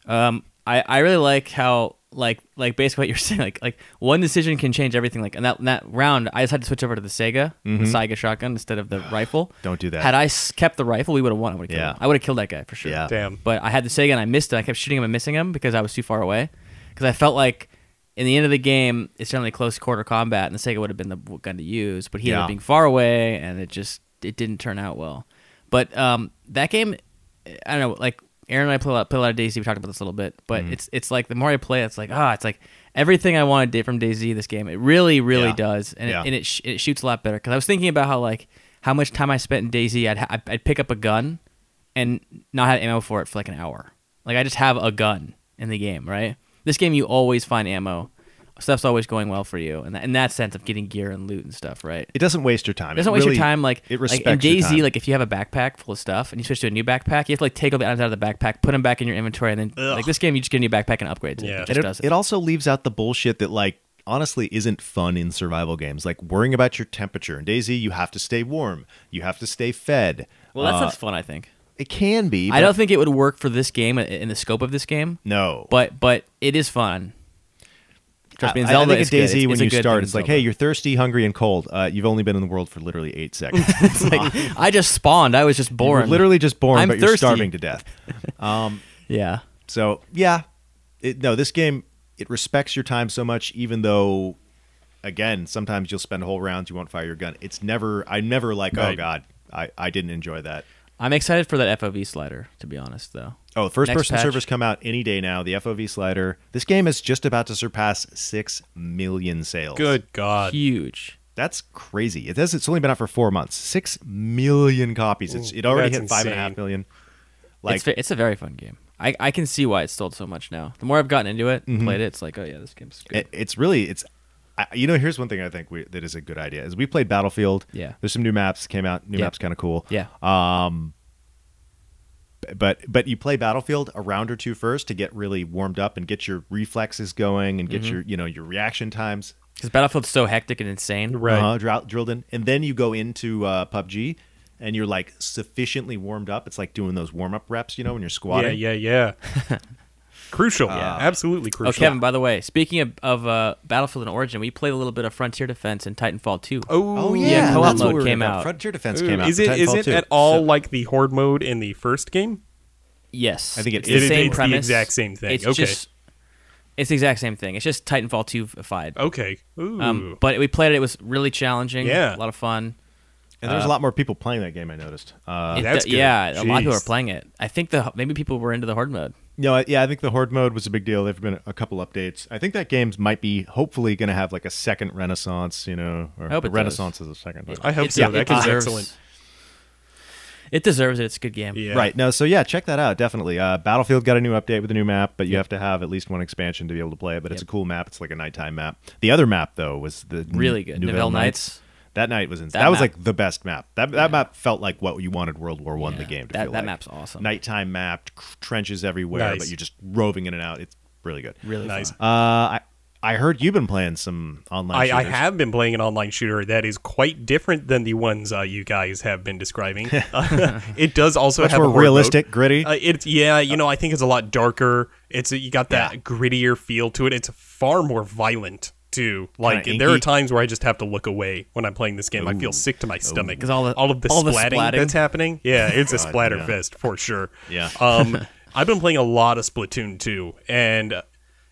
Speaker 3: Um, I, I really like how like like basically what you're saying like like one decision can change everything like in that in that round I decided to switch over to the Sega the Sega shotgun instead of the rifle.
Speaker 1: Mm-hmm. Don't do that.
Speaker 3: Had I s- kept the rifle, we would have won. I would have
Speaker 1: Yeah.
Speaker 3: I would have killed that guy for sure.
Speaker 1: Yeah.
Speaker 2: Damn.
Speaker 3: But I had the Sega and I missed it. I kept shooting him and missing him because I was too far away. Because I felt like in the end of the game, it's generally close quarter combat, and the Sega would have been the gun to use. But he ended
Speaker 1: Yeah.
Speaker 3: up being far away, and it just it didn't turn out well. But um, that game, I don't know. Like Aaron and I play a lot, play a lot of DayZ. We talked about this a little bit, but
Speaker 1: Mm-hmm.
Speaker 3: it's it's like the more I play, it's like ah, it's like everything I wanted did from DayZ. This game, it really really
Speaker 1: Yeah.
Speaker 3: does, and
Speaker 1: Yeah.
Speaker 3: it, and it, sh- it shoots a lot better. Because I was thinking about how like how much time I spent in DayZ, I'd ha- I'd pick up a gun and not have ammo for it for like an hour. Like I just have a gun in the game, right? This game you always find ammo. Stuff's always going well for you, and that, in that sense of getting gear and loot and stuff, right?
Speaker 1: It doesn't waste your time.
Speaker 3: It doesn't waste
Speaker 1: really-
Speaker 3: your time. Like
Speaker 1: it
Speaker 3: like
Speaker 1: respects
Speaker 3: in
Speaker 1: your
Speaker 3: Daisy,
Speaker 1: time.
Speaker 3: like if you have a backpack full of stuff and you switch to a new backpack, you have to like take all the items out of the backpack, put them back in your inventory, and then like this game, you just get a new backpack and upgrades it.
Speaker 2: Yeah.
Speaker 3: It
Speaker 1: And
Speaker 3: just does
Speaker 1: it, it also leaves out the bullshit that like honestly isn't fun in survival games. Like worrying about your temperature in Daisy, you have to stay warm, you have to stay fed.
Speaker 3: well, that
Speaker 1: Uh,
Speaker 3: sounds fun. I think.
Speaker 1: it can be.
Speaker 3: I
Speaker 1: but
Speaker 3: don't think it would work for this game i- in the scope of this game,
Speaker 1: No,
Speaker 3: but but it is fun. Trust me, in
Speaker 1: I- I
Speaker 3: Zelda
Speaker 1: think
Speaker 3: is
Speaker 1: in
Speaker 3: good.
Speaker 1: Daisy
Speaker 3: It's-
Speaker 1: when
Speaker 3: it's a
Speaker 1: you
Speaker 3: good thing
Speaker 1: start,
Speaker 3: in
Speaker 1: it's like,
Speaker 3: Zelda.
Speaker 1: hey, you're thirsty, hungry, and cold. Uh, you've only been in the world for literally eight seconds.
Speaker 3: It's like, I just spawned. I was just
Speaker 1: You're
Speaker 3: born.
Speaker 1: literally just born,
Speaker 3: I'm
Speaker 1: but you're
Speaker 3: thirsty.
Speaker 1: starving to death. Um,
Speaker 3: Yeah.
Speaker 1: So yeah, it, no, this game it respects your time so much, even though again sometimes you'll spend whole rounds you won't fire your gun. It's never I never like oh
Speaker 2: Right.
Speaker 1: god I I didn't enjoy that.
Speaker 3: I'm excited for that FOV slider, to be honest, though.
Speaker 1: Oh, first
Speaker 3: Next
Speaker 1: person
Speaker 3: patch.
Speaker 1: servers come out any day now. The FOV slider. This game is just about to surpass six million sales.
Speaker 2: Good
Speaker 3: Uh,
Speaker 2: God.
Speaker 3: Huge.
Speaker 1: that's crazy. It says it's only been out for four months. Six million copies. It's,
Speaker 2: Ooh,
Speaker 1: it already
Speaker 2: that's
Speaker 1: hit five and a
Speaker 2: insane.
Speaker 1: half million.
Speaker 3: it's, ve- it's a very fun game. I, I can see why it's sold so much now. The more I've gotten into it, and played it, it's like, oh yeah, this game's good.
Speaker 1: it, it's really it's I, you know here's one thing i think we, that is a good idea is we played battlefield
Speaker 3: Yeah.
Speaker 1: there's some new maps came out new
Speaker 3: Yeah.
Speaker 1: maps kind of cool
Speaker 3: yeah.
Speaker 1: but but you play battlefield a round or two first to get really warmed up and get your reflexes going and get
Speaker 2: Mm-hmm.
Speaker 1: your you know your reaction times
Speaker 3: Because Battlefield's so hectic and insane.
Speaker 2: Right.
Speaker 1: uh-huh, drill- drilled in and then you go into uh, pubg and you're like sufficiently warmed up it's like doing those warm-up reps you know when you're
Speaker 2: Yeah,
Speaker 1: squatting
Speaker 2: yeah, yeah. crucial. Yeah, absolutely
Speaker 3: Oh,
Speaker 2: crucial.
Speaker 3: Kevin, by the way, speaking of, of uh, Battlefield and Origin, we played a little bit of Frontier Defense and Titanfall 2.
Speaker 2: Oh,
Speaker 1: Oh yeah,
Speaker 3: Yeah, co-op
Speaker 1: that's what
Speaker 3: mode
Speaker 1: we were
Speaker 3: came
Speaker 1: about.
Speaker 3: out.
Speaker 1: Frontier Defense
Speaker 2: Ooh,
Speaker 1: came out.
Speaker 2: Is
Speaker 1: for
Speaker 2: it is
Speaker 1: Titanfall
Speaker 2: it
Speaker 1: 2.
Speaker 2: at all like the horde mode in the first game?
Speaker 3: Yes.
Speaker 1: I think it
Speaker 3: it's
Speaker 1: is.
Speaker 3: the
Speaker 1: It-
Speaker 3: same
Speaker 2: it's the
Speaker 3: premise.
Speaker 2: exact same thing.
Speaker 3: It's
Speaker 2: Okay.
Speaker 3: Just, it's the exact same thing. It's just Titanfall 2-ified.
Speaker 2: Okay. Ooh.
Speaker 3: Um, but we played it. It was really challenging.
Speaker 2: Yeah.
Speaker 3: A lot of fun.
Speaker 1: And
Speaker 2: Uh,
Speaker 1: there's a lot more people playing that game. I noticed. Uh,
Speaker 3: It
Speaker 2: Oh, that's
Speaker 3: do-
Speaker 2: good.
Speaker 3: Yeah, a lot of people are
Speaker 2: Jeez.
Speaker 3: playing it. I think the maybe people were into the hard mode.
Speaker 1: No, I- yeah, I think the horde mode was a big deal. There've been a couple updates. I think that game's might be hopefully going to have like a second renaissance. You know, or
Speaker 3: I hope it does.
Speaker 1: renaissance is a second. but-
Speaker 2: I hope
Speaker 3: It-
Speaker 2: so.
Speaker 3: yeah,
Speaker 2: that
Speaker 3: it
Speaker 2: game's
Speaker 3: deserves-
Speaker 2: excellent.
Speaker 3: It deserves it. It's a good game.
Speaker 2: Yeah.
Speaker 1: Right. No. So yeah, check that out. Definitely. Uh, Battlefield got a new update with a new map, but you have to have at least one expansion to be able to play it. But it's a
Speaker 3: Yep.
Speaker 1: cool map. It's like a nighttime map. The other map though was the N-
Speaker 3: Really good. Nouvelle Knights.
Speaker 1: That night was ins- that,
Speaker 3: That
Speaker 1: was
Speaker 3: map-
Speaker 1: like the best map. That that map felt like what you wanted World War One the
Speaker 3: Yeah.
Speaker 1: game to
Speaker 3: That-
Speaker 1: feel
Speaker 3: that
Speaker 1: like.
Speaker 3: map's awesome.
Speaker 1: Nighttime map, tr- trenches everywhere,
Speaker 2: Nice.
Speaker 1: but you're just roving in and out. It's really good.
Speaker 3: Really
Speaker 2: Nice.
Speaker 3: fun.
Speaker 1: Uh, I I heard you've been playing some online.
Speaker 2: I, I
Speaker 1: shooters.
Speaker 2: have been playing an online shooter that is quite different than the ones uh, you guys have been describing. it does also
Speaker 1: Much
Speaker 2: have
Speaker 1: more
Speaker 2: a horde mode.
Speaker 1: realistic, gritty.
Speaker 2: Uh, it's yeah, you know, I think it's a lot darker. It's you got that
Speaker 1: Yeah.
Speaker 2: grittier feel to it. It's far more violent too. Like
Speaker 1: Kinda
Speaker 2: there are
Speaker 1: inky. Oh.
Speaker 2: times where I just have to look away when I'm playing this game. I feel sick to my stomach
Speaker 3: 'Cause all the-
Speaker 2: all of the
Speaker 3: all the
Speaker 2: splatting,
Speaker 3: splatting.
Speaker 2: that's happening. Yeah, it's a splatter
Speaker 1: yeah.
Speaker 2: fest for sure.
Speaker 1: Yeah.
Speaker 2: Um, I've been playing a lot of Splatoon 2, and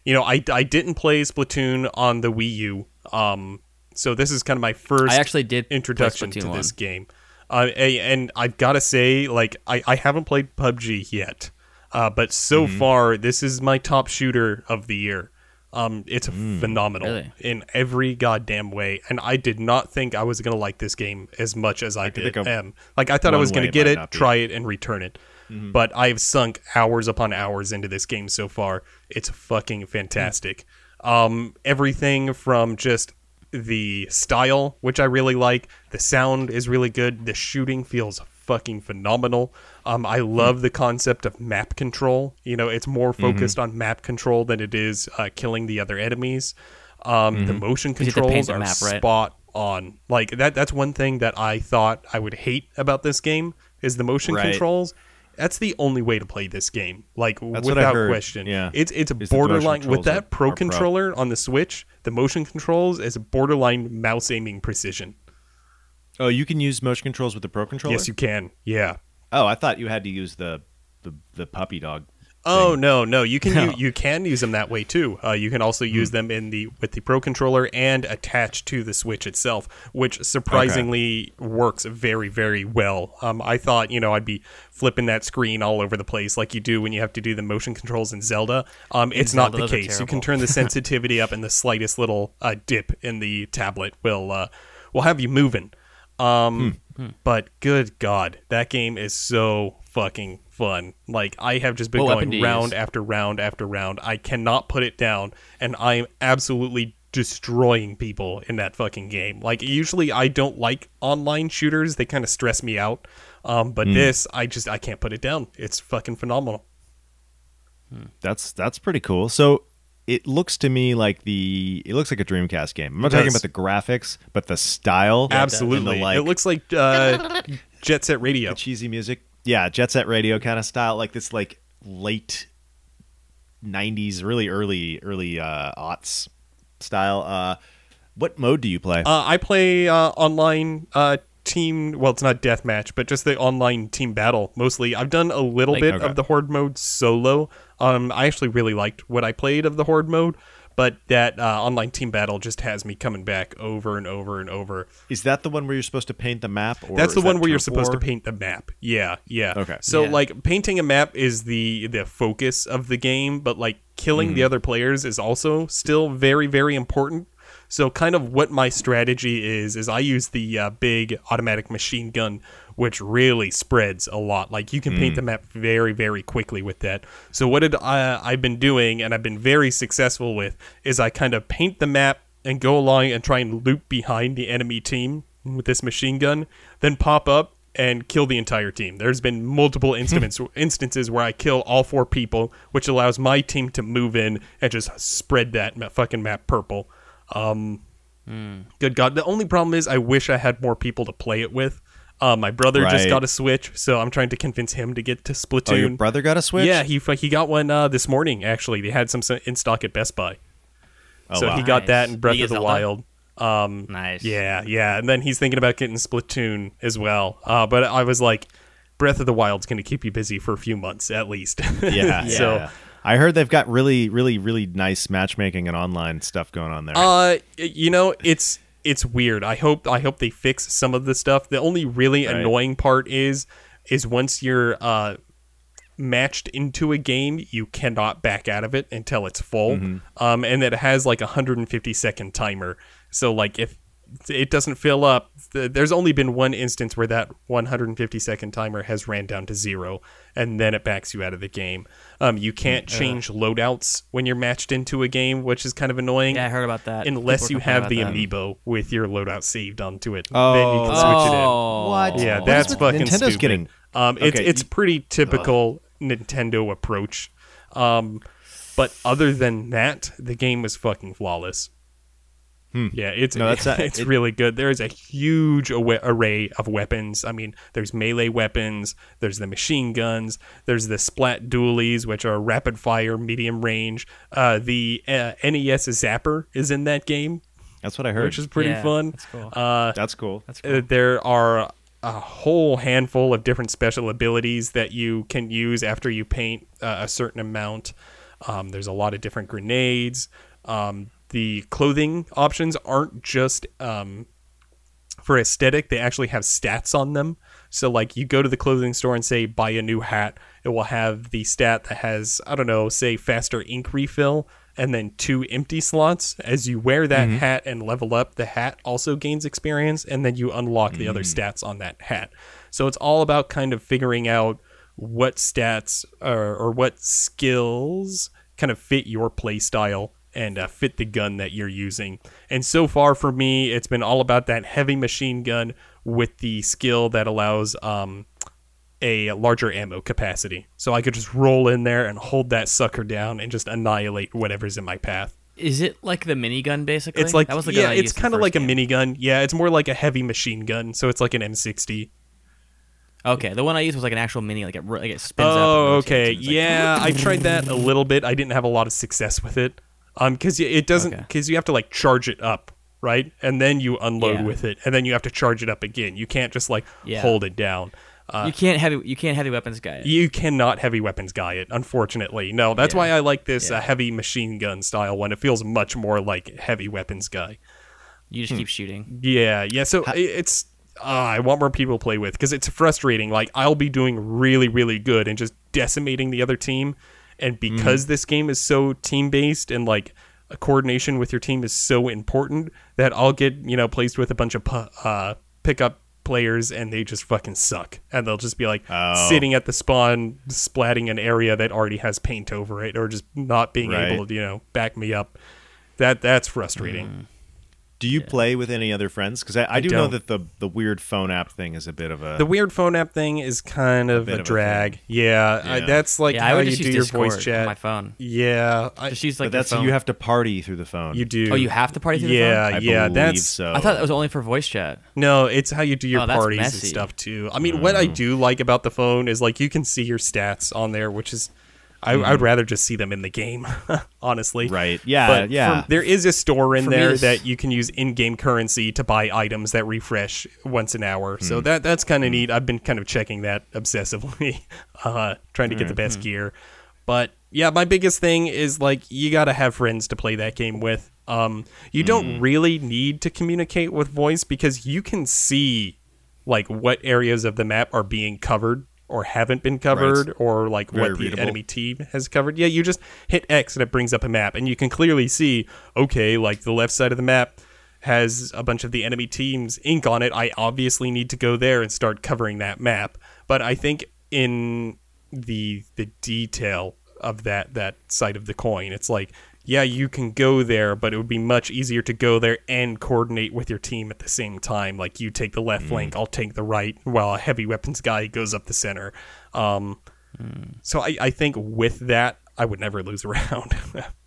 Speaker 2: you know, I, I didn't play Splatoon on the Wii U, um, so this is kind of my first
Speaker 3: I actually did play
Speaker 2: introduction to
Speaker 3: Splatoon
Speaker 2: this game. Uh, a- and I've got to say, like, I, I haven't played PUBG yet, uh, but so far, this is my top shooter of the year. Um, it's phenomenal
Speaker 3: really?
Speaker 2: in every goddamn way, and I did not think I was gonna like this game as much as I, did.
Speaker 1: think of
Speaker 2: Am. Like, I thought I
Speaker 1: one
Speaker 2: was gonna
Speaker 1: way it
Speaker 2: get
Speaker 1: might
Speaker 2: it,
Speaker 1: not be. Mm-hmm.
Speaker 2: try it, and return it. But I've sunk hours upon hours into this game so far. It's fucking fantastic. Um, everything from just the style, which I really like, the sound is really good, the shooting feels fucking phenomenal. Um, I
Speaker 1: Hmm.
Speaker 2: love the concept of map control. You know, it's
Speaker 1: Mm-hmm.
Speaker 2: more focused on map control than it is uh, killing the other enemies. Um,
Speaker 1: Mm-hmm.
Speaker 2: The motion
Speaker 3: you have to
Speaker 2: controls
Speaker 3: paint the
Speaker 2: are
Speaker 3: map, right?
Speaker 2: spot on. Like that that's one thing that I thought I would hate about this game is the motion
Speaker 1: Right.
Speaker 2: controls. That's the only way to play this game. Like
Speaker 1: That's what I
Speaker 2: without
Speaker 1: heard,
Speaker 2: question.
Speaker 1: yeah,
Speaker 2: It's it's
Speaker 1: is the motion
Speaker 2: borderline with
Speaker 1: controls are-
Speaker 2: that pro
Speaker 1: are pro.
Speaker 2: controller on the Switch, the motion controls is borderline mouse aiming precision.
Speaker 1: Oh, you can use motion controls with the Pro controller.
Speaker 2: Yes, you can. Yeah.
Speaker 1: Oh, I thought you had to use the the, the puppy dog.
Speaker 2: Oh no, no, you can You, you can use them that way too. Uh, you can also use
Speaker 3: Mm-hmm.
Speaker 2: them in the with the Pro controller and attached to the Switch itself, which surprisingly works very very well. Um, I thought you know I'd be flipping that screen all over the place like you do when you have to do the motion controls in Zelda. Um, it's not
Speaker 3: Zelda, those
Speaker 2: the
Speaker 3: are
Speaker 2: case. You can
Speaker 3: terrible.
Speaker 2: turn the sensitivity up, and the slightest little uh, dip in the tablet will uh, will have you moving. Um, but good God, that game is so fucking fun. Like I have just been
Speaker 3: What weapon do
Speaker 2: going
Speaker 3: you
Speaker 2: round
Speaker 3: use?
Speaker 2: after round after round. I cannot put it down, and I am absolutely destroying people in that fucking game. Like usually, I don't like online shooters; they kind of stress me out. Um, but this, I just I can't put it down. It's fucking phenomenal.
Speaker 1: That's that's pretty cool. So it looks to me like the it looks like a Dreamcast game. I'm not
Speaker 2: It
Speaker 1: talking
Speaker 2: does.
Speaker 1: about the graphics, but the style.
Speaker 2: absolutely,
Speaker 1: and the, like,
Speaker 2: it looks like uh, Jet Set Radio.
Speaker 1: cheesy music. Yeah, Jet Set Radio kind of style, like this like late '90s, really early early uh, aughts style. Uh, what mode do you play?
Speaker 2: Uh, I play uh, online uh, team. Well, it's not deathmatch, but just the online team battle mostly. I've done a little
Speaker 3: Like-
Speaker 2: bit
Speaker 1: Okay.
Speaker 2: of the horde mode solo. Um, I actually really liked what I played of the horde mode, but that uh, online team battle just has me coming back over and over and over.
Speaker 1: is that the one where you're supposed to paint the map? Or
Speaker 2: That's the
Speaker 1: is that
Speaker 2: one where you're
Speaker 1: Turf
Speaker 2: supposed to
Speaker 1: War?
Speaker 2: paint the map. Yeah, yeah.
Speaker 1: Okay.
Speaker 2: So
Speaker 3: Yeah.
Speaker 2: like painting a map is the the focus of the game, but like killing
Speaker 1: Hmm.
Speaker 2: the other players is also still very very important. So kind of what my strategy is is I use the uh, big automatic machine gun, which really spreads a lot. Like you can
Speaker 1: Hmm.
Speaker 2: paint the map very very quickly with that. So what did I, I've been doing and I've been very successful with is I kind of paint the map and go along and try and loop behind the enemy team with this machine gun, then pop up and kill the entire team. There's been multiple instances
Speaker 1: Hmm.
Speaker 2: instances where I kill all four people, which allows my team to move in and just spread that ma- fucking map purple. Um,
Speaker 1: Hmm.
Speaker 2: Good God! The only problem is I wish I had more people to play it with. Uh, my brother just
Speaker 1: Right.
Speaker 2: got a Switch, so I'm trying to convince him to get to Splatoon.
Speaker 1: Oh, your brother got a switch.
Speaker 2: Yeah, he fu- he got one uh, this morning. Actually, they had some s- in stock at Best Buy,
Speaker 1: Oh,
Speaker 2: so
Speaker 1: wow.
Speaker 2: he got that
Speaker 3: Nice.
Speaker 2: in Breath
Speaker 3: You
Speaker 2: of
Speaker 3: get
Speaker 2: the
Speaker 3: Zelda?
Speaker 2: Wild. Um,
Speaker 3: Nice.
Speaker 2: Yeah, yeah, and then he's thinking about getting Splatoon as well. Uh, but I was like, Breath of the Wild's going to keep you busy for a few months at least.
Speaker 1: yeah.
Speaker 2: So.
Speaker 1: yeah. I heard they've got really, really, really nice matchmaking and online stuff going on there.
Speaker 2: Uh, y- you know, it's it's weird. I hope I hope they fix some of the stuff. The only really
Speaker 1: Right.
Speaker 2: annoying part is is once you're uh matched into a game, you cannot back out of it until it's full.
Speaker 3: Mm-hmm.
Speaker 2: Um, and that it has like a 150 second timer. So like if it doesn't fill up, th- there's only been one instance where that 150 second timer has ran down to zero, and then it backs you out of the game. Um, you can't
Speaker 3: Mm, uh.
Speaker 2: change loadouts when you're matched into a game, which is kind of annoying
Speaker 3: Yeah, I heard about that.
Speaker 2: unless
Speaker 3: People
Speaker 2: you
Speaker 3: were complaining
Speaker 2: have the
Speaker 3: about
Speaker 2: amiibo
Speaker 3: that.
Speaker 2: with your loadout saved onto it. then you
Speaker 1: Oh.
Speaker 2: can switch it in.
Speaker 3: Oh.
Speaker 1: What?
Speaker 2: Yeah,
Speaker 1: What
Speaker 2: that's
Speaker 1: is with
Speaker 2: fucking
Speaker 1: Nintendo's
Speaker 2: stupid.
Speaker 1: getting-
Speaker 2: Um, it's
Speaker 1: Okay,
Speaker 2: it's
Speaker 1: you-
Speaker 2: pretty typical Nintendo approach. Um, but other than that, the game was fucking flawless. Yeah, it's
Speaker 1: Hmm. No, that's not-
Speaker 2: it's
Speaker 1: it-
Speaker 2: really good. There is a huge awa- array of weapons. I mean, there's melee weapons, there's the machine guns, there's the splat dualies, which are rapid fire, medium range. Uh, the uh, NES zapper is in that game,
Speaker 1: that's what I heard.
Speaker 2: which is pretty
Speaker 3: Yeah,
Speaker 2: fun.
Speaker 3: that's cool.
Speaker 2: Uh,
Speaker 1: that's cool.
Speaker 3: That's cool.
Speaker 2: uh, there are a whole handful of different special abilities that you can use after you paint uh, a certain amount. Um, there's a lot of different grenades. Um, the clothing options aren't just um, for aesthetic, they actually have stats on them. So, like, you go to the clothing store and say, buy a new hat, it will have the stat that has, I don't know, say, faster ink refill and then two empty slots. As you wear that hat and level up, the hat also gains experience, and then you unlock the other stats on that hat. So, it's all about kind of figuring out what stats or, or what skills kind of fit your play style and uh, fit the gun that you're using. And so far for me, it's been all about that heavy machine gun with the skill that allows um, a larger ammo capacity. So I could just roll in there and hold that sucker down and just annihilate whatever's in my path.
Speaker 3: Is it like the minigun basically?
Speaker 2: It's like
Speaker 3: that was the gun
Speaker 2: yeah,
Speaker 3: I
Speaker 2: it's
Speaker 3: used in
Speaker 2: kind of
Speaker 3: the first
Speaker 2: like
Speaker 3: game.
Speaker 2: a minigun. Yeah, it's more like a heavy machine gun. So it's like an M60.
Speaker 3: Okay, the one I used was like an actual mini, like it, ro- like it spins up. and
Speaker 2: Oh,
Speaker 3: rotates
Speaker 2: okay.
Speaker 3: and it's like-
Speaker 2: yeah, I tried that a little bit. I didn't have a lot of success with it. Um, because it doesn't,
Speaker 3: Okay.
Speaker 2: because you have to like charge it up, right? And then you unload
Speaker 3: Yeah.
Speaker 2: with it, and then you have to charge it up again. You can't just like
Speaker 3: Yeah.
Speaker 2: hold it down. Uh,
Speaker 3: you can't heavy, you can't heavy weapons guy. it.
Speaker 2: you cannot heavy weapons guy it, unfortunately. No, that's why I like this uh, heavy machine gun style one. It feels much more like heavy weapons guy.
Speaker 3: You just keep shooting.
Speaker 2: Yeah, yeah. So i it's uh, I want more people to play with because it's frustrating. Like I'll be doing really, really good and just decimating the other team, and
Speaker 1: Mm-hmm.
Speaker 2: because this game is so team based and like a coordination with your team is so important that I'll get you know placed with a bunch of pu- uh, pickup players and they just fucking suck and they'll just be like
Speaker 1: Oh.
Speaker 2: sitting at the spawn splatting an area that already has paint over it or just not being
Speaker 1: Right.
Speaker 2: able to you know back me up that that's frustrating
Speaker 1: Mm. Do you play with any other friends? Because I, I do know
Speaker 2: don't.
Speaker 1: that the the weird phone app thing is a bit of a
Speaker 2: The weird phone app thing is kind of
Speaker 1: bit
Speaker 2: a,
Speaker 1: of a
Speaker 2: drag. yeah, I-
Speaker 1: Yeah.
Speaker 2: that's like
Speaker 3: yeah,
Speaker 2: how
Speaker 3: I would
Speaker 2: you
Speaker 3: just
Speaker 2: do
Speaker 3: use
Speaker 2: your
Speaker 3: Discord
Speaker 2: voice chat.
Speaker 3: on my phone.
Speaker 2: Yeah, I,
Speaker 3: Just use
Speaker 1: but
Speaker 3: like
Speaker 1: that's
Speaker 3: your phone.
Speaker 1: you have to party through the phone.
Speaker 2: you do.
Speaker 3: Oh, you have to party through the phone.
Speaker 2: Yeah,
Speaker 1: I
Speaker 2: yeah.
Speaker 1: believe
Speaker 2: That's
Speaker 1: so.
Speaker 3: I thought that was only for voice chat.
Speaker 2: no. It's how you do your
Speaker 3: Oh, that's
Speaker 2: parties and
Speaker 3: messy.
Speaker 2: stuff too. I mean,
Speaker 1: Mm.
Speaker 2: what I do like about the phone is like you can see your stats on there, which is I, I would rather just see them in the game, honestly.
Speaker 1: Mm-hmm. Right. Yeah,
Speaker 2: But
Speaker 1: yeah.
Speaker 2: from- there is a store in
Speaker 3: For me,
Speaker 2: there
Speaker 3: this-
Speaker 2: that you can use in-game currency to buy items that refresh once an hour. So that that's kind of neat. I've been kind of checking that obsessively, uh, trying to get the best gear. But yeah, my biggest thing is like you got to have friends to play that game with. Um, you don't really need to communicate with voice because you can see like what areas of the map are being covered or haven't been covered or like
Speaker 1: Very
Speaker 2: what the
Speaker 1: readable.
Speaker 2: enemy team has covered. Yeah, you just hit X and it brings up a map, and you can clearly see, okay, like the left side of the map has a bunch of the enemy team's ink on it. I obviously need to go there and start covering that map. But I think in the the detail of that that side of the coin, it's like yeah, you can go there, but it would be much easier to go there and coordinate with your team at the same time. Like you take the
Speaker 1: Mm.
Speaker 2: left flank, I'll take the right, while a heavy weapons guy goes up the center. Um, so I, I think with that, I would never lose a round.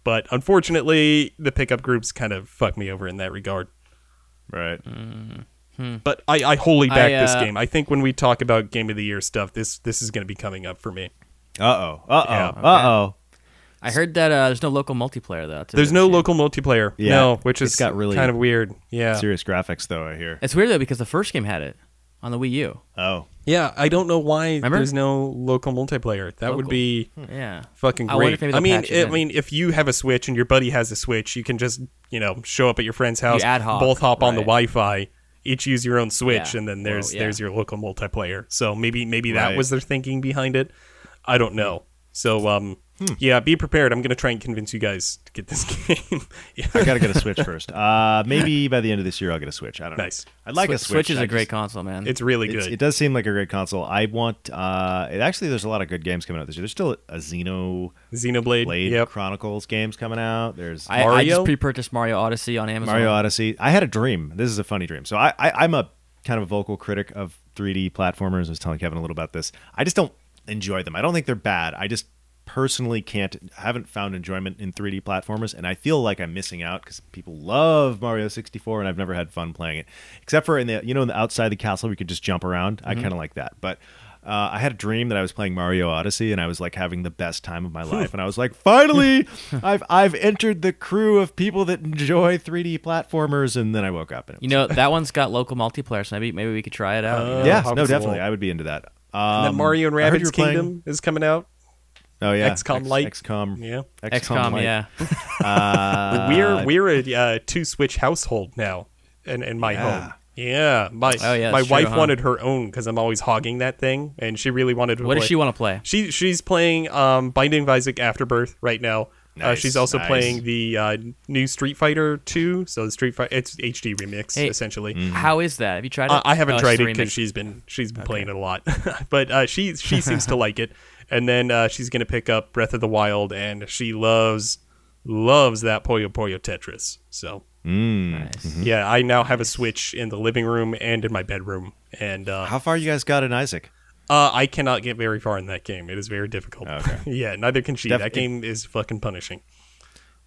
Speaker 2: but unfortunately, the pickup groups kind of fucked me over in that regard.
Speaker 1: right.
Speaker 3: Mm.
Speaker 2: But I, I wholly
Speaker 3: I,
Speaker 2: back this
Speaker 3: uh,
Speaker 2: game. I think when we talk about game of the year stuff, this this is going to be coming up for me.
Speaker 1: Uh oh. Uh oh.
Speaker 2: Yeah.
Speaker 1: Uh oh.
Speaker 3: I heard that uh, there's no local multiplayer though. to
Speaker 2: There's
Speaker 3: this
Speaker 2: no
Speaker 3: game.
Speaker 2: local multiplayer.
Speaker 1: Yeah,
Speaker 2: no, which
Speaker 1: it's
Speaker 2: is
Speaker 1: got really-
Speaker 2: kind of weird. Yeah.
Speaker 1: Serious graphics though. I hear.
Speaker 3: It's weird though because the first game had it on the Wii U.
Speaker 1: Oh.
Speaker 2: Yeah, I don't know why
Speaker 3: Remember?
Speaker 2: there's no local multiplayer. That would
Speaker 3: Local.
Speaker 2: be
Speaker 3: Yeah.
Speaker 2: fucking
Speaker 3: I wonder
Speaker 2: great.
Speaker 3: if maybe
Speaker 2: I
Speaker 3: they'll
Speaker 2: mean,
Speaker 3: patch it
Speaker 2: I
Speaker 3: in.
Speaker 2: mean, if you have a Switch and your buddy has a Switch, you can just you know show up at your friend's house,
Speaker 3: ad hoc,
Speaker 2: both hop on the
Speaker 3: right.
Speaker 2: Wi-Fi, each use your own Switch,
Speaker 3: Yeah.
Speaker 2: and then there's
Speaker 3: Well, yeah.
Speaker 2: there's your local multiplayer. So maybe maybe that
Speaker 1: Right.
Speaker 2: was their thinking behind it. I don't know. So um,
Speaker 3: Hmm.
Speaker 2: yeah, be prepared. I'm gonna try and convince you guys to get this game. yeah.
Speaker 1: I gotta get a Switch first. Uh, maybe by the end of this year I'll get a Switch. I don't know.
Speaker 2: Nice.
Speaker 1: I'd like a
Speaker 3: Swi-
Speaker 1: Switch.
Speaker 3: is
Speaker 1: I
Speaker 3: a great
Speaker 1: just-
Speaker 3: console, man.
Speaker 2: It's really
Speaker 1: it's-
Speaker 2: good.
Speaker 1: It does seem like a great console. I want. Uh, it actually there's a lot of good games coming out this year. There's still a Xeno
Speaker 2: Xenoblade.
Speaker 1: Blade
Speaker 2: Yep.
Speaker 1: Chronicles games coming out. There's
Speaker 3: I, I
Speaker 2: Mario?
Speaker 3: just pre-purchased Mario Odyssey on Amazon.
Speaker 1: Mario Odyssey. I had a dream. This is a funny dream. So I, I I'm a kind of a vocal critic of 3D platformers. I was telling Kevin a little about this. I just don't enjoy them. I don't think they're bad. I just personally can't haven't found enjoyment in 3D platformers and I feel like I'm missing out cuz people love Mario 64 and I've never had fun playing it. Except for in the you know in the outside the castle we could just jump around. I kind of like that. But uh, I had a dream that I was playing Mario Odyssey and I was like having the best time of my life. And I was like, finally, I've I've entered the crew of people that enjoy 3D platformers. And then I woke up and it
Speaker 3: You know that one's got local multiplayer, so maybe maybe we could try it
Speaker 2: Uh,
Speaker 3: out. you know?
Speaker 1: was, yeah,
Speaker 2: Hobbs
Speaker 1: no,
Speaker 2: is a
Speaker 1: definitely,
Speaker 2: little-
Speaker 1: I would be into that.
Speaker 2: And
Speaker 1: Um,
Speaker 2: then Mario and
Speaker 1: I heard you
Speaker 2: Rabbids
Speaker 1: were playing-
Speaker 2: Kingdom is coming out.
Speaker 1: Oh yeah,
Speaker 2: XCOM
Speaker 1: X-
Speaker 2: light.
Speaker 1: XCOM,
Speaker 2: Yeah.
Speaker 3: XCOM,
Speaker 1: light.
Speaker 3: yeah.
Speaker 1: Uh,
Speaker 2: we're we're a uh, two switch household now, in, in my
Speaker 1: Yeah.
Speaker 2: home. Yeah, my
Speaker 3: Oh, yeah,
Speaker 2: my
Speaker 3: that's true,
Speaker 2: wife
Speaker 3: huh?
Speaker 2: wanted her own because I'm always hogging that thing, and she really wanted. To
Speaker 3: What
Speaker 2: play.
Speaker 3: does she want to play?
Speaker 2: She she's playing um, Binding of Isaac Afterbirth right now. uh,
Speaker 1: Nice,
Speaker 2: she's also
Speaker 1: nice.
Speaker 2: playing the uh, new Street Fighter 2, so the Street Fighter it's HD remix
Speaker 3: Hey.
Speaker 2: essentially.
Speaker 1: Mm-hmm.
Speaker 3: How is that? Have you tried it?
Speaker 2: Uh, Hmm. I haven't
Speaker 3: Oh, it's
Speaker 2: tried
Speaker 3: the
Speaker 2: it because
Speaker 3: remix.
Speaker 2: she's been she's been playing it a lot, but uh, she she seems to like it. And then uh, she's gonna pick up Breath of the Wild, and she loves loves that Puyo Puyo Tetris. So
Speaker 1: Mm.
Speaker 3: Nice.
Speaker 2: yeah, I now have a Switch in the living room and in my bedroom, and uh,
Speaker 1: How far you guys got in Isaac?
Speaker 2: uh, I cannot get very far in that game. It is very difficult.
Speaker 1: Okay.
Speaker 2: yeah, neither can she.
Speaker 1: Def-
Speaker 2: that game is fucking punishing.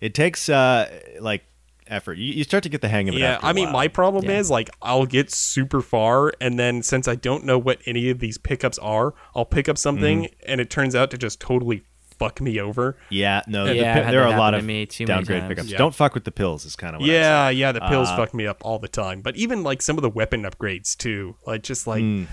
Speaker 1: It takes uh like effort. You, you start to get the hang of it.
Speaker 2: Yeah,
Speaker 1: after a
Speaker 2: I mean,
Speaker 1: while.
Speaker 2: my problem
Speaker 3: Yeah.
Speaker 2: is like I'll get super far, and then since I don't know what any of these pickups are, I'll pick up something,
Speaker 1: Mm-hmm.
Speaker 2: and it turns out to just totally fuck me over.
Speaker 1: yeah, no,
Speaker 3: Yeah,
Speaker 1: the
Speaker 3: I
Speaker 1: pi-
Speaker 3: had
Speaker 1: there
Speaker 3: that
Speaker 1: are a lot
Speaker 3: happen to
Speaker 1: of
Speaker 3: me too many
Speaker 1: downgrade
Speaker 3: times.
Speaker 1: pickups.
Speaker 2: Yeah.
Speaker 1: Don't fuck with the pills. Is kind of what I Uh.
Speaker 2: yeah, yeah, the pills fuck me up all the time. But even like some of the weapon upgrades too, like just like.
Speaker 1: Mm.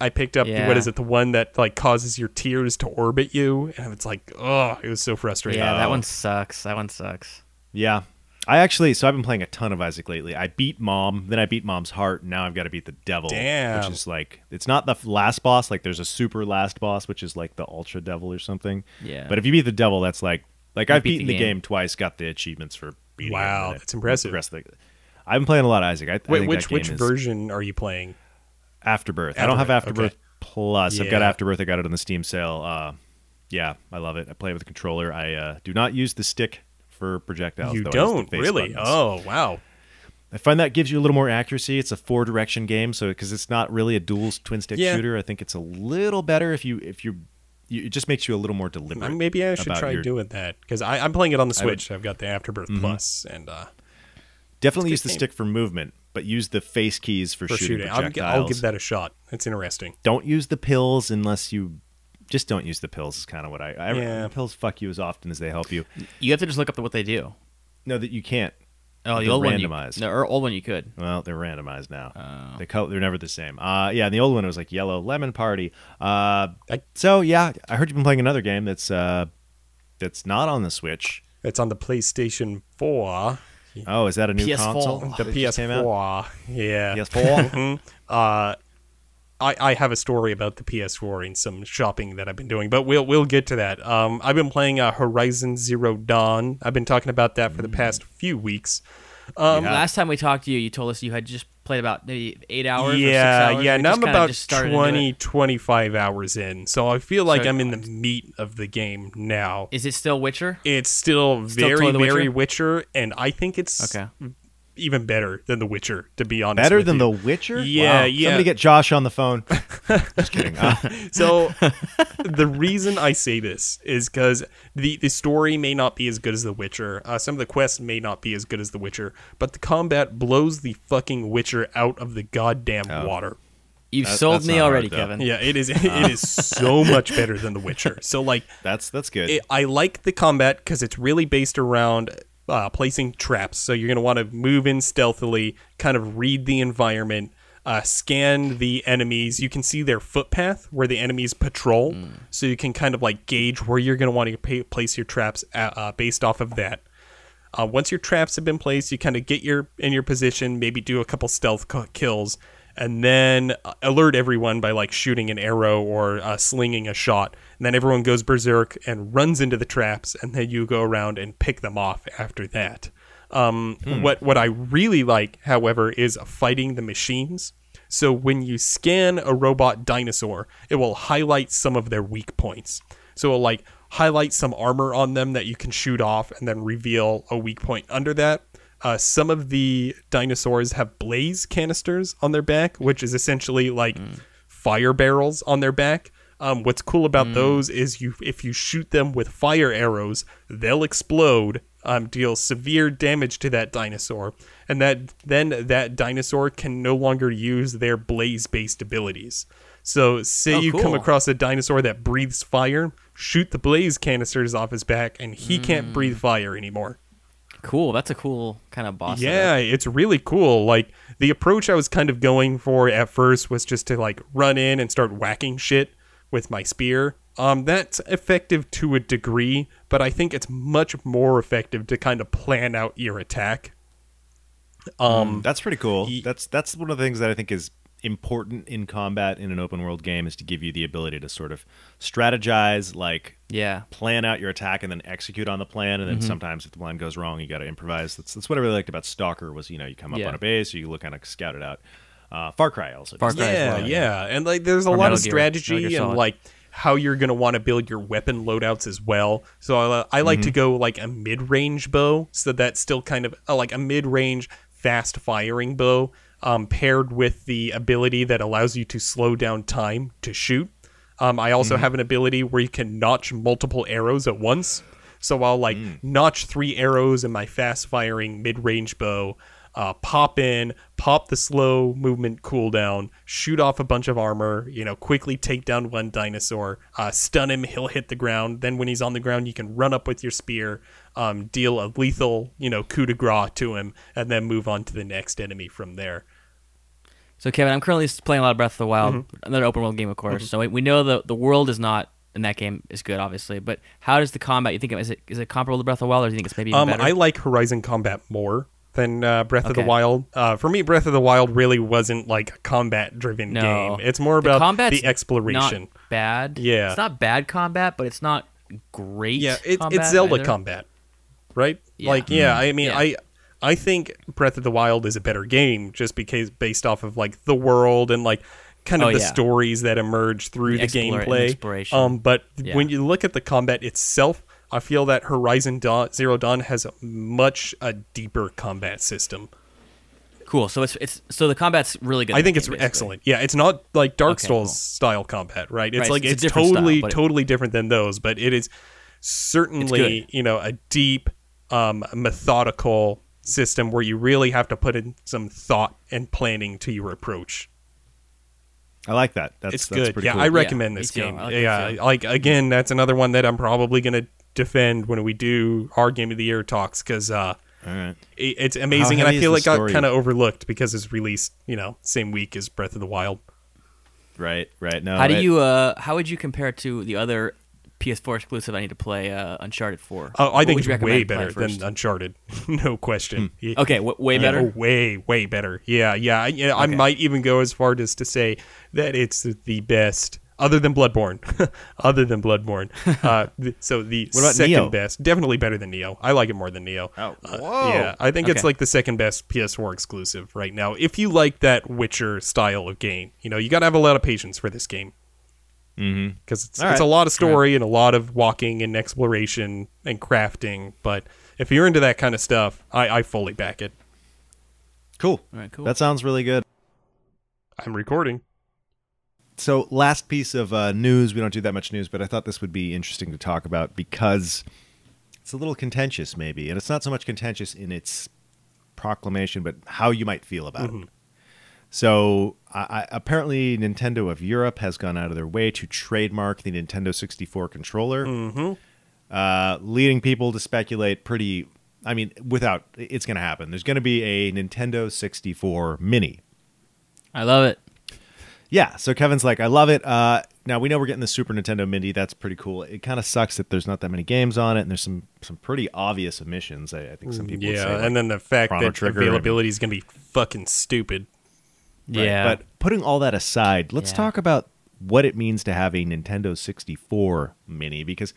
Speaker 2: I picked up
Speaker 3: Yeah.
Speaker 2: what is it the one that like causes your tears to orbit you and it's like oh it was so frustrating.
Speaker 3: Yeah,
Speaker 1: Uh,
Speaker 3: that one sucks. That one sucks.
Speaker 1: Yeah. I actually, so I've been playing a ton of Isaac lately. I beat Mom, then I beat Mom's heart, and now I've got to beat the devil.
Speaker 2: Damn.
Speaker 1: Which is like, it's not the f- last boss. Like, there's a super last boss, which is like the ultra devil or something.
Speaker 3: Yeah.
Speaker 1: But if you beat the devil, that's like, like
Speaker 3: You
Speaker 1: I've
Speaker 3: beat
Speaker 1: beaten
Speaker 3: the
Speaker 1: the game.
Speaker 3: game.
Speaker 1: twice, got the achievements for beating
Speaker 2: Wow,
Speaker 1: it. and then
Speaker 2: that's impressive.
Speaker 1: the rest of the- I've been playing a lot of Isaac. I, I
Speaker 2: Wait,
Speaker 1: think
Speaker 2: which
Speaker 1: that game
Speaker 2: which
Speaker 1: is
Speaker 2: version are you playing?
Speaker 1: Afterbirth. I don't have
Speaker 2: Afterbirth,
Speaker 1: Afterbirth
Speaker 2: okay.
Speaker 1: Plus. I've got
Speaker 2: Yeah.
Speaker 1: Afterbirth. I got it on the Steam sale. Uh, yeah, I love it. I play it with a controller. I uh, do not use the stick for projectiles.
Speaker 2: You
Speaker 1: though I use the
Speaker 2: don't
Speaker 1: face
Speaker 2: really?
Speaker 1: buttons.
Speaker 2: Oh wow!
Speaker 1: I find that gives you a little more accuracy. It's a four direction game, so because it's not really a dual twin stick
Speaker 2: Yeah.
Speaker 1: shooter, I think it's a little better if you if you, you it just makes you a little more deliberate.
Speaker 2: Um, Maybe I should
Speaker 1: about
Speaker 2: try
Speaker 1: your-
Speaker 2: doing that because I'm playing it on the
Speaker 1: I would-
Speaker 2: Switch. I've got the Afterbirth
Speaker 3: Mm-hmm.
Speaker 2: Plus and uh,
Speaker 1: Definitely use
Speaker 2: It's
Speaker 1: the
Speaker 2: a good game.
Speaker 1: stick for movement, but use the face keys for,
Speaker 2: for
Speaker 1: shooting,
Speaker 2: shooting. I'm,
Speaker 1: projectiles.
Speaker 2: I'll give that a shot. It's interesting.
Speaker 1: Don't use the pills unless you just don't use the pills. Is kind of what I, I
Speaker 2: Yeah.
Speaker 1: pills fuck you as often as they help you.
Speaker 3: You have to just look up what they do.
Speaker 1: No, that you can't.
Speaker 3: Oh, the
Speaker 1: They're
Speaker 3: old
Speaker 1: randomized.
Speaker 3: one. You, the old one you could.
Speaker 1: Well, they're randomized now.
Speaker 3: Oh.
Speaker 1: They co- they're never the same. Uh, yeah, and the old one was like yellow lemon party. Uh,
Speaker 2: I-
Speaker 1: so yeah, I heard you've been playing another game that's uh, that's not on the Switch.
Speaker 2: It's on the PlayStation 4,
Speaker 1: Oh, is that a new
Speaker 3: PS4.
Speaker 1: console?
Speaker 2: the
Speaker 1: that just came out?
Speaker 2: PS4. Yeah.
Speaker 1: PS4.
Speaker 2: Mhm. Uh, I, I have a story about the PS4 and some shopping that I've been doing, but we'll we'll get to that. Um, I've been playing uh, Horizon Zero Dawn. I've been talking about that
Speaker 3: Mm.
Speaker 2: for the past few weeks. Um,
Speaker 1: Yeah.
Speaker 3: Last time we talked to you, you told us you had just played about maybe eight hours. or six
Speaker 2: yeah
Speaker 3: hours,
Speaker 2: yeah
Speaker 3: and you
Speaker 2: now
Speaker 3: just
Speaker 2: i'm
Speaker 3: kinda
Speaker 2: about
Speaker 3: just started into it.
Speaker 2: 20 25 hours in so i feel like
Speaker 3: So-
Speaker 2: i'm in the meat of the game now
Speaker 3: Is it still Witcher?
Speaker 2: it's still,
Speaker 3: Still
Speaker 2: very
Speaker 3: totally The
Speaker 2: very witcher and i think it's
Speaker 3: Okay.
Speaker 2: even better than the witcher to be honest
Speaker 1: Better
Speaker 2: with
Speaker 1: than The
Speaker 2: you.
Speaker 1: Witcher?
Speaker 2: Yeah,
Speaker 1: Wow.
Speaker 2: yeah.
Speaker 1: Somebody get Josh on the phone. just kidding. Uh,
Speaker 2: so the reason i say this is because the, the story may not be as good as the witcher uh, some of the quests may not be as good as the witcher but the combat blows the fucking witcher out of the goddamn
Speaker 1: Oh.
Speaker 2: water
Speaker 3: You've
Speaker 1: That-
Speaker 3: sold
Speaker 1: that's
Speaker 3: me
Speaker 1: not
Speaker 3: already,
Speaker 1: hard, though.
Speaker 3: Kevin.
Speaker 2: yeah it is
Speaker 1: Ah.
Speaker 2: it is so much better than the witcher so like
Speaker 1: that's that's good.
Speaker 2: it, I like the combat because it's really based around uh, placing traps. So you're going to want to move in stealthily, kind of read the environment, uh, scan the enemies. You can see their footpath where the enemies patrol. So you can kind of like gauge where you're going to want to pa- place your traps uh, uh, based off of that. Uh, once your traps have been placed, you kind of get your in your position, maybe do a couple stealth c- kills, and then uh, alert everyone by like shooting an arrow or uh, slinging a shot. And then everyone goes berserk and runs into the traps, and then you go around and pick them off after that. Um, What what I really like, however, is fighting the machines. So when you scan a robot dinosaur, it will highlight some of their weak points. So it'll like highlight some armor on them that you can shoot off and then reveal a weak point under that. Uh, some of the dinosaurs have blaze canisters on their back, which is essentially like fire barrels on their back. Um, what's cool about
Speaker 3: Hmm.
Speaker 2: those is you if you shoot them with fire arrows, they'll explode, um, deal severe damage to that dinosaur, and that then that dinosaur can no longer use their blaze-based abilities. So, say
Speaker 3: Oh,
Speaker 2: you come
Speaker 3: cool.
Speaker 2: across a dinosaur that breathes fire, shoot the blaze canisters off his back, and he can't breathe
Speaker 3: Hmm.
Speaker 2: fire anymore.
Speaker 3: Cool. That's a cool kind of boss.
Speaker 2: Yeah, it's really cool. Like the approach I was kind of going for at first was just to like run in and start whacking shit, with my spear. Um, that's effective to a degree, but I think it's much more effective to kind of plan out your attack. Um,
Speaker 1: That's pretty cool.
Speaker 2: Ye-
Speaker 1: That's that's one of the things that I think is important in combat in an open world game is to give you the ability to sort of strategize, like
Speaker 3: Yeah.
Speaker 1: plan out your attack and then execute on the plan. And then
Speaker 3: Mm-hmm.
Speaker 1: sometimes if the plan goes wrong, you got to improvise. That's, that's what I really liked about Stalker was you know you come up
Speaker 3: Yeah.
Speaker 1: on a base, you look kind of scout it out. Uh, Far Cry also. does
Speaker 3: Far
Speaker 1: that.
Speaker 3: Cry as
Speaker 2: yeah,
Speaker 3: well,
Speaker 2: yeah, and like there's a
Speaker 3: Or
Speaker 2: lot
Speaker 3: Metal
Speaker 2: of
Speaker 3: Gear,
Speaker 2: strategy
Speaker 3: Metal Gear
Speaker 2: and
Speaker 3: Solid.
Speaker 2: like how you're gonna want to build your weapon loadouts as well. So I, I like to
Speaker 3: Mm-hmm.
Speaker 2: go like a mid-range bow, so that's still kind of uh, like a mid-range fast firing bow, um, paired with the ability that allows you to slow down time to shoot. Um, I also
Speaker 3: Mm-hmm.
Speaker 2: have an ability where you can notch multiple arrows at once. So I'll like notch three arrows in my fast firing mid range bow, uh, pop in, pop the slow movement cooldown, shoot off a bunch of armor, you know, quickly take down one dinosaur, uh, stun him, he'll hit the ground. Then when he's on the ground, you can run up with your spear, um, deal a lethal, you know, coup de grace to him, and then move on to the next enemy from there.
Speaker 3: So Kevin, I'm currently playing a lot of Breath of the Wild,
Speaker 2: Mm-hmm.
Speaker 3: another open world game, of course. So we, we know the the world is not in that game is good, obviously. But how does the combat? You think is it is it comparable to Breath of the Wild, or do you think it's maybe even
Speaker 2: Um,
Speaker 3: better?
Speaker 2: I like Horizon Combat more than uh, Breath of the
Speaker 3: Okay.
Speaker 2: Wild. Uh, for me, Breath of the Wild really wasn't like a combat-driven
Speaker 3: no,
Speaker 2: game. It's more
Speaker 3: The
Speaker 2: about the,
Speaker 3: combat's
Speaker 2: exploration.
Speaker 3: Not bad.
Speaker 2: Yeah.
Speaker 3: it's not bad combat, but it's not great.
Speaker 2: yeah, it,
Speaker 3: combat
Speaker 2: it's Zelda
Speaker 3: either.
Speaker 2: combat, right?
Speaker 3: Yeah.
Speaker 2: Like, yeah, I mean,
Speaker 3: Yeah.
Speaker 2: I I think Breath of the Wild is a better game just because based off of like the world and like kind of
Speaker 3: Oh,
Speaker 2: the
Speaker 3: yeah.
Speaker 2: stories that emerge through
Speaker 3: The
Speaker 2: the
Speaker 3: explore-
Speaker 2: gameplay.
Speaker 3: exploration.
Speaker 2: Um, but
Speaker 3: Yeah.
Speaker 2: when you look at the combat itself. I feel that Horizon Dawn, Zero Dawn has a much a deeper combat system.
Speaker 3: Cool. So it's it's so the combat's really good.
Speaker 2: I
Speaker 3: in
Speaker 2: think
Speaker 3: that
Speaker 2: it's
Speaker 3: game, basically.
Speaker 2: excellent. Yeah, it's not like Dark
Speaker 3: Okay,
Speaker 2: Souls
Speaker 3: cool.
Speaker 2: style combat, right? It's
Speaker 3: Right,
Speaker 2: like
Speaker 3: it's a
Speaker 2: it's,
Speaker 3: different style,
Speaker 2: totally
Speaker 3: but it-
Speaker 2: totally different than those, but it is certainly, you know, a deep um methodical system where you really have to put in some thought and planning to your approach.
Speaker 1: I like that. That's,
Speaker 2: it's
Speaker 1: that's
Speaker 2: good.
Speaker 1: pretty
Speaker 2: Yeah,
Speaker 1: cool.
Speaker 2: I recommend
Speaker 3: me
Speaker 2: this
Speaker 3: too.
Speaker 2: game.
Speaker 3: I like it
Speaker 2: yeah,
Speaker 3: too.
Speaker 2: like again, that's another one that I'm probably going to defend when we do our game of the year talks cuz uh
Speaker 1: All right.
Speaker 2: it- it's amazing and
Speaker 1: heavy
Speaker 2: I feel
Speaker 1: is
Speaker 2: like
Speaker 1: the
Speaker 2: got
Speaker 1: story?
Speaker 2: kind of overlooked because it's released, you know, same week as Breath of the Wild.
Speaker 1: Right. Right. No.
Speaker 3: How do
Speaker 1: that-
Speaker 3: you uh how would you compare it to the other PS4 exclusive I need to play uh, Uncharted 4?
Speaker 2: Oh, I
Speaker 3: What
Speaker 2: think
Speaker 3: would you
Speaker 2: it's
Speaker 3: recommend
Speaker 2: way
Speaker 3: to play
Speaker 2: better
Speaker 3: first?
Speaker 2: than Uncharted, no question.
Speaker 1: Hmm.
Speaker 2: Yeah.
Speaker 3: Okay, w- way
Speaker 2: Yeah,
Speaker 3: better.
Speaker 2: oh, way, way better. Yeah, yeah. I, yeah, I
Speaker 3: Okay.
Speaker 2: might even go as far as to say that it's the best, other than Bloodborne, other than Bloodborne. Uh, th- so the
Speaker 1: What about
Speaker 2: second
Speaker 1: Neo?
Speaker 2: best, definitely better than Neo. I like it more than Neo.
Speaker 1: Oh,
Speaker 2: Uh,
Speaker 1: whoa.
Speaker 2: yeah, I think it's
Speaker 3: Okay.
Speaker 2: like the second best PS4 exclusive right now. If you like that Witcher style of game, you know you got to have a lot of patience for this game
Speaker 1: Mhm.
Speaker 2: because it's,
Speaker 1: All
Speaker 2: it's a
Speaker 1: right.
Speaker 2: lot of story and a lot of walking and exploration and crafting. But if you're into that kind of stuff, I, I fully back it.
Speaker 1: Cool.
Speaker 3: All right, cool.
Speaker 1: That sounds really good.
Speaker 2: I'm recording.
Speaker 1: So, last piece of uh, news. We don't do that much news, but I thought this would be interesting to talk about because it's a little contentious, maybe, and it's not so much contentious in its proclamation, but how you might feel about it. So, I, I, apparently, Nintendo of Europe has gone out of their way to trademark the Nintendo 64 controller, uh, leading people to speculate pretty. I mean, without it's going to happen. There's going to be a Nintendo 64 Mini.
Speaker 3: I love it.
Speaker 1: Yeah, so Kevin's like, I love it. Uh, now we know we're getting the Super Nintendo Mini. That's pretty cool. It kind of sucks that there's not that many games on it, and there's some some pretty obvious omissions. I, I think
Speaker 2: Mm.
Speaker 1: some people would say.
Speaker 2: yeah,
Speaker 1: like-
Speaker 2: and then the fact
Speaker 1: Chrono
Speaker 2: that
Speaker 1: Trigger
Speaker 2: availability is going to be fucking stupid.
Speaker 1: right,
Speaker 3: Yeah.
Speaker 1: But putting all that aside, let's
Speaker 3: Yeah.
Speaker 1: talk about what it means to have a Nintendo 64 Mini because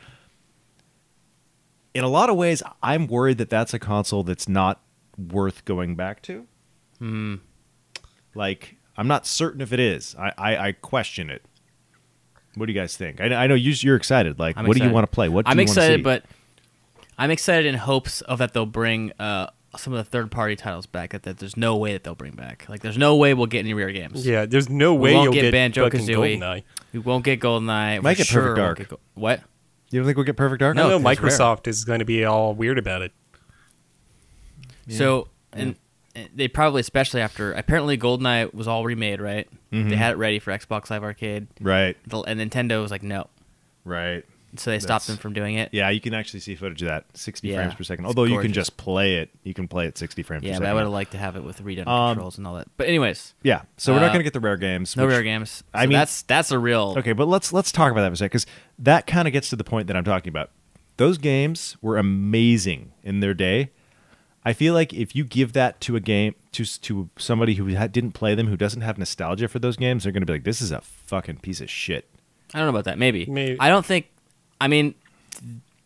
Speaker 1: in a lot of ways, I'm worried that that's a console that's not worth going back to.
Speaker 3: Hmm.
Speaker 1: Like, I'm not certain if it is. I, I, I question it. What do you guys think? I, I know you, you're excited. Like,
Speaker 3: I'm
Speaker 1: what do you
Speaker 3: excited.
Speaker 1: want to play? What do
Speaker 3: I'm
Speaker 1: you wanna
Speaker 3: excited,
Speaker 1: see?
Speaker 3: but I'm excited in hopes of that they'll bring uh, some of the third party titles back. That, that there's no way that they'll bring back. Like there's no way we'll get any rare games.
Speaker 2: Yeah, there's no way
Speaker 3: won't
Speaker 2: you'll
Speaker 3: get
Speaker 2: get,
Speaker 3: Banjo-Kazooie.
Speaker 2: fucking Goldeneye.
Speaker 3: We won't get Goldeneye.
Speaker 1: Might
Speaker 3: for
Speaker 1: get Perfect
Speaker 3: sure won't
Speaker 1: Dark.
Speaker 3: get Go- what?
Speaker 1: you don't think we'll get Perfect Dark?
Speaker 2: No,
Speaker 3: No,
Speaker 2: no,
Speaker 3: it's rare.
Speaker 2: Microsoft is going to be all weird about it.
Speaker 3: So and and they probably, especially after apparently Goldeneye was all remade,
Speaker 1: Mm-hmm.
Speaker 3: right? They had it ready for Xbox Live Arcade,
Speaker 1: Right,
Speaker 3: The- and Nintendo was like, no,
Speaker 1: right.
Speaker 3: so they stopped them from doing it.
Speaker 1: Yeah, you can actually see footage of that 60
Speaker 3: Yeah,
Speaker 1: frames per second.
Speaker 3: it's
Speaker 1: Although you can
Speaker 3: gorgeous.
Speaker 1: just play it. You can play it 60 frames per
Speaker 3: Yeah,
Speaker 1: second.
Speaker 3: but I would have liked to have it with redone
Speaker 1: Um,
Speaker 3: controls and all that. But anyways,
Speaker 1: Yeah, so we're not
Speaker 3: Uh,
Speaker 1: going to get the rare games.
Speaker 3: no
Speaker 1: which-
Speaker 3: rare games.
Speaker 1: I
Speaker 3: I
Speaker 1: mean-
Speaker 3: mean, that's that's a real.
Speaker 1: Okay, but let's let's talk about that for a second because that kind of gets to the point that I'm talking about. Those games were amazing in their day. I feel like if you give that to a game to s- to somebody who ha- didn't play them, who doesn't have nostalgia for those games, they're going to be like, "This is a fucking piece of shit."
Speaker 3: I don't know about that. Maybe.
Speaker 2: Maybe.
Speaker 3: I don't think. I mean,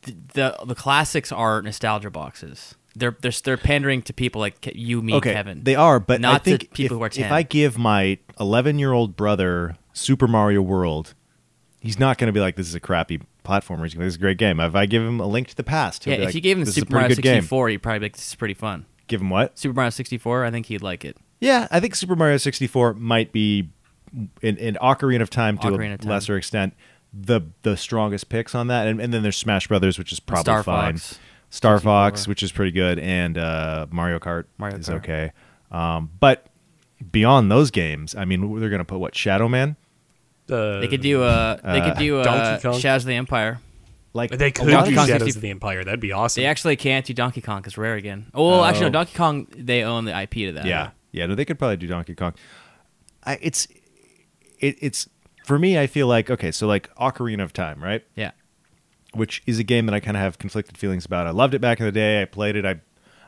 Speaker 3: th- the the classics are nostalgia boxes. They're they're they're pandering to people like Ke- you, me,
Speaker 1: okay,
Speaker 3: Kevin.
Speaker 1: they are, but
Speaker 3: not
Speaker 1: I think
Speaker 3: to people
Speaker 1: if,
Speaker 3: who are ten.
Speaker 1: if I give my 11 year old brother Super Mario World, he's not going to be like, "This is a crappy platformer." He's going to be like, "This is a great game." If I give him a link to the past, he'll
Speaker 3: yeah,
Speaker 1: be
Speaker 3: if
Speaker 1: like,
Speaker 3: you gave him
Speaker 1: this is a
Speaker 3: Super
Speaker 1: pretty
Speaker 3: Mario
Speaker 1: good game.
Speaker 3: sixty four, he'd probably be like, "This is pretty fun."
Speaker 1: Give him what?
Speaker 3: Super Mario sixty four, I think he'd like it.
Speaker 1: Yeah, I think Super Mario 64 might be in, in Ocarina of Time to
Speaker 3: Ocarina
Speaker 1: a
Speaker 3: of Time.
Speaker 1: lesser extent the the strongest picks on that, and, and then there's Smash Brothers, which is probably
Speaker 3: Star
Speaker 1: fine.
Speaker 3: Fox,
Speaker 1: Star Fox, which is pretty good, and uh, Mario Kart
Speaker 3: Mario
Speaker 1: is
Speaker 3: Kart.
Speaker 1: okay. Um, but beyond those games, I mean, they're gonna put what Shadow Man,
Speaker 2: Uh,
Speaker 3: They could do a. They
Speaker 1: Uh,
Speaker 3: could do a
Speaker 2: Donkey Kong.
Speaker 3: Shadows of the Empire.
Speaker 1: like
Speaker 2: They could
Speaker 3: Donkey
Speaker 2: do
Speaker 3: Kong
Speaker 2: Shadows
Speaker 3: 60
Speaker 2: of the Empire. That'd be awesome.
Speaker 3: They actually can't do Donkey Kong because Rare again. Oh, well, actually, no,
Speaker 2: Oh.
Speaker 3: Donkey Kong they own the IP to that.
Speaker 1: Yeah, yeah. No, they could probably do Donkey Kong. I, it's it, it's for me. I feel like okay, so like Ocarina of Time, right?
Speaker 3: yeah.
Speaker 1: which is a game that I kind of have conflicted feelings about. I loved it back in the day. I played it. I,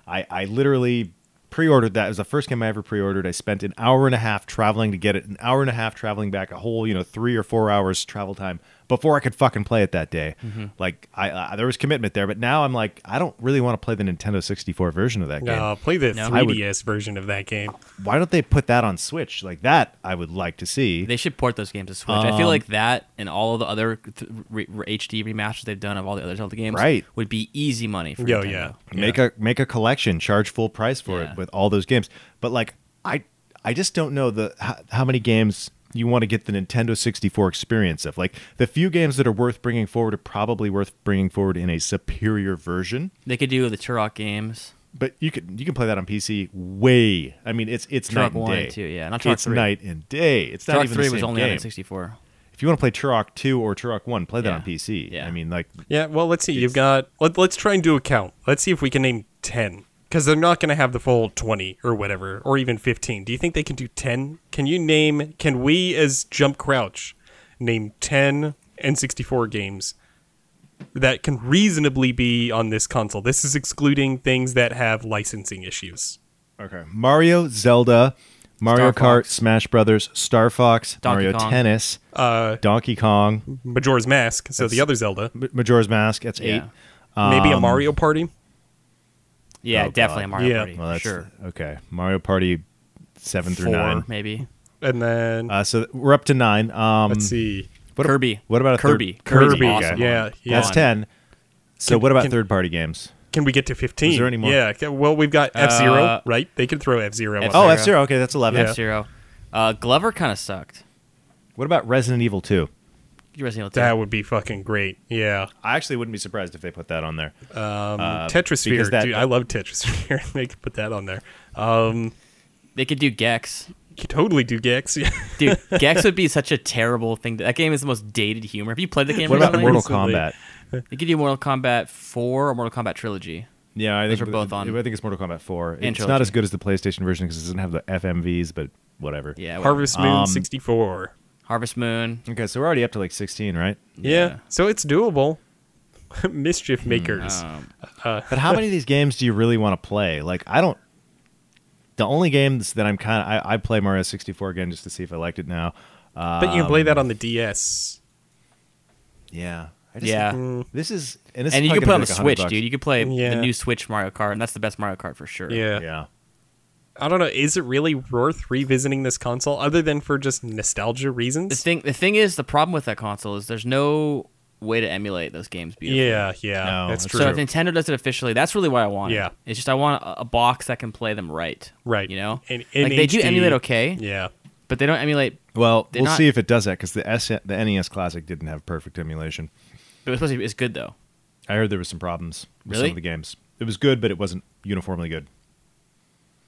Speaker 1: I, I literally pre-ordered that. It was the first game I ever pre-ordered. I spent an hour and a half traveling to get it. An hour and a half traveling back. A whole you know three or four hours travel time before I could fucking play it that day.
Speaker 3: Mm-hmm.
Speaker 1: Like I, I there was commitment there. But now I'm like I don't really want to play the Nintendo 64 version of that game.
Speaker 2: Uh, play the
Speaker 3: No. I
Speaker 1: would-
Speaker 2: 3DS version of that game.
Speaker 1: Why don't they put that on Switch? Like that I would like to see.
Speaker 3: They should port those games to Switch.
Speaker 1: Um,
Speaker 3: I feel like that and all of the other th- re- re- HD remasters they've done of all the other Zelda games
Speaker 1: Right.
Speaker 3: would be easy money for
Speaker 2: Yo,
Speaker 3: Nintendo.
Speaker 2: yeah.
Speaker 1: make a make a collection charge full price for
Speaker 3: Yeah.
Speaker 1: it with all those games but like i i just don't know the how, how many games you want to get the nintendo 64 experience of like the few games that are worth bringing forward are probably worth bringing forward in a superior version
Speaker 3: They could do the Turok games.
Speaker 1: but you can you can play that on pc way i mean it's it's night and
Speaker 3: Turok 1
Speaker 1: day
Speaker 3: and 2, yeah. Not Turok
Speaker 1: it's
Speaker 3: 3.
Speaker 1: night and day it's not
Speaker 3: Turok
Speaker 1: even
Speaker 3: 3
Speaker 1: the same
Speaker 3: was only
Speaker 1: game.
Speaker 3: on 64.
Speaker 1: if you want to play turok 2 or turok 1 play that
Speaker 3: Yeah.
Speaker 1: on pc
Speaker 3: Yeah.
Speaker 1: i mean like
Speaker 2: Yeah, well, let's see. You've got let, let's try and do a count. Let's see if we can name 10 cuz they're not going to have the full 20 or whatever or even 15. Do you think they can do 10? Can you name can we as Jump Crouch name 10 N64 games that can reasonably be on this console? This is excluding things that have licensing issues.
Speaker 1: Okay. Mario, Zelda, Mario
Speaker 3: Star
Speaker 1: Kart,
Speaker 3: Fox.
Speaker 1: Smash Brothers, Star Fox,
Speaker 3: Donkey
Speaker 1: Mario
Speaker 3: Kong.
Speaker 1: Tennis,
Speaker 2: Uh
Speaker 1: Donkey Kong,
Speaker 2: Majora's Mask, so the
Speaker 1: That's-
Speaker 2: other Zelda,
Speaker 1: Ma- Majora's Mask. That's
Speaker 3: Yeah.
Speaker 1: eight.
Speaker 2: maybe a
Speaker 1: Um,
Speaker 2: Mario Party.
Speaker 3: Yeah,
Speaker 1: Oh,
Speaker 3: definitely
Speaker 1: God.
Speaker 3: a Mario
Speaker 2: Yeah.
Speaker 3: Party.
Speaker 1: Well, that's,
Speaker 3: sure.
Speaker 1: Okay. Mario Party seven through
Speaker 2: Four.
Speaker 1: nine.
Speaker 3: Maybe.
Speaker 2: And then
Speaker 1: Uh, so we're up to nine. Um,
Speaker 2: let's see.
Speaker 1: What a-
Speaker 3: Kirby.
Speaker 1: what about a third-
Speaker 3: Kirby?
Speaker 2: Kirby's
Speaker 3: Kirby's
Speaker 2: awesome.
Speaker 3: awesome.
Speaker 2: Yeah,
Speaker 3: one.
Speaker 2: yeah.
Speaker 1: That's ten. So
Speaker 2: Can-
Speaker 1: what about
Speaker 2: can-
Speaker 1: third-party games?
Speaker 2: Can we get to 15?
Speaker 1: Is there any more?
Speaker 2: Yeah. okay, Well, we've got F Zero,
Speaker 3: Uh,
Speaker 2: right? They could throw F Zero.
Speaker 3: F-
Speaker 1: Oh,
Speaker 2: Oh,
Speaker 1: F Zero. Okay, that's eleven.
Speaker 2: Yeah.
Speaker 3: F-Zero. Uh, Glover kind of sucked.
Speaker 1: What about Resident Evil Two?
Speaker 3: Resident Evil
Speaker 2: that
Speaker 3: 2.
Speaker 2: would be fucking great. Yeah.
Speaker 1: I actually wouldn't be surprised if they put that on there.
Speaker 2: Um,
Speaker 1: Uh, because
Speaker 2: Tetrasphere.
Speaker 1: that-
Speaker 2: dude, I love Tetrasphere. they could put that on there. Um,
Speaker 3: They could do Gex.
Speaker 2: you could totally do Gex. Yeah.
Speaker 3: Dude, Gex would be such a terrible thing. To, that game is the most dated humor. Have you played the game
Speaker 1: What about
Speaker 3: recently?
Speaker 1: Mortal
Speaker 2: Recently.
Speaker 1: Kombat?
Speaker 3: You could do Mortal Kombat 4 or Mortal Kombat Trilogy.
Speaker 1: Yeah, I think
Speaker 3: are both on-
Speaker 1: I think it's Mortal Kombat Four. It's not
Speaker 3: trilogy.
Speaker 1: as good as the PlayStation version because it doesn't have the FMVs, but whatever.
Speaker 3: Yeah. whatever.
Speaker 2: Harvest Moon
Speaker 1: Um,
Speaker 2: 64.
Speaker 3: Harvest Moon.
Speaker 1: Okay, so we're already up to like sixteen, right?
Speaker 2: Yeah. So it's doable.
Speaker 1: Hmm,
Speaker 2: Mischief Makers.
Speaker 1: uh,
Speaker 3: Um,
Speaker 1: But how many of these games do you really want to play? Like, I don't. The only games that I'm kind of I, I play Mario 64 again just to see if I liked it now. Uh,
Speaker 2: but you can play that on the DS.
Speaker 1: yeah, I
Speaker 3: Yeah.
Speaker 2: Mm,
Speaker 1: This is and this
Speaker 3: and
Speaker 1: is probably
Speaker 3: you could
Speaker 1: gonna
Speaker 3: play on
Speaker 1: be
Speaker 3: the
Speaker 1: like 100
Speaker 3: Switch,
Speaker 1: bucks.
Speaker 3: dude. You could play
Speaker 2: Yeah.
Speaker 3: the new Switch Mario Kart, and that's the best Mario Kart for sure.
Speaker 2: yeah.
Speaker 1: um, Yeah,
Speaker 2: I don't know. Is it really worth revisiting this console other than for just nostalgia
Speaker 3: The
Speaker 2: reasons?
Speaker 3: thing, the thing is, the problem with that console is there's no way to emulate those games beautifully.
Speaker 2: Yeah. Yeah.
Speaker 1: No,
Speaker 2: that's
Speaker 1: it's
Speaker 2: true.
Speaker 3: So if Nintendo does it officially, that's really what I want.
Speaker 2: Yeah.
Speaker 3: It's just I want a, a box that can play them right.
Speaker 2: Right.
Speaker 3: You know,
Speaker 2: And
Speaker 3: like they do
Speaker 2: NHD
Speaker 3: emulate okay,
Speaker 2: Yeah.
Speaker 3: but they don't emulate.
Speaker 1: Well,
Speaker 3: They're
Speaker 1: we'll
Speaker 3: not-
Speaker 1: see if it does that because the S- the NES Classic didn't have perfect emulation.
Speaker 3: It was supposed to be it's good though.
Speaker 1: I heard there were some problems with some
Speaker 3: Really?
Speaker 1: of the games. It was good, but it wasn't uniformly good.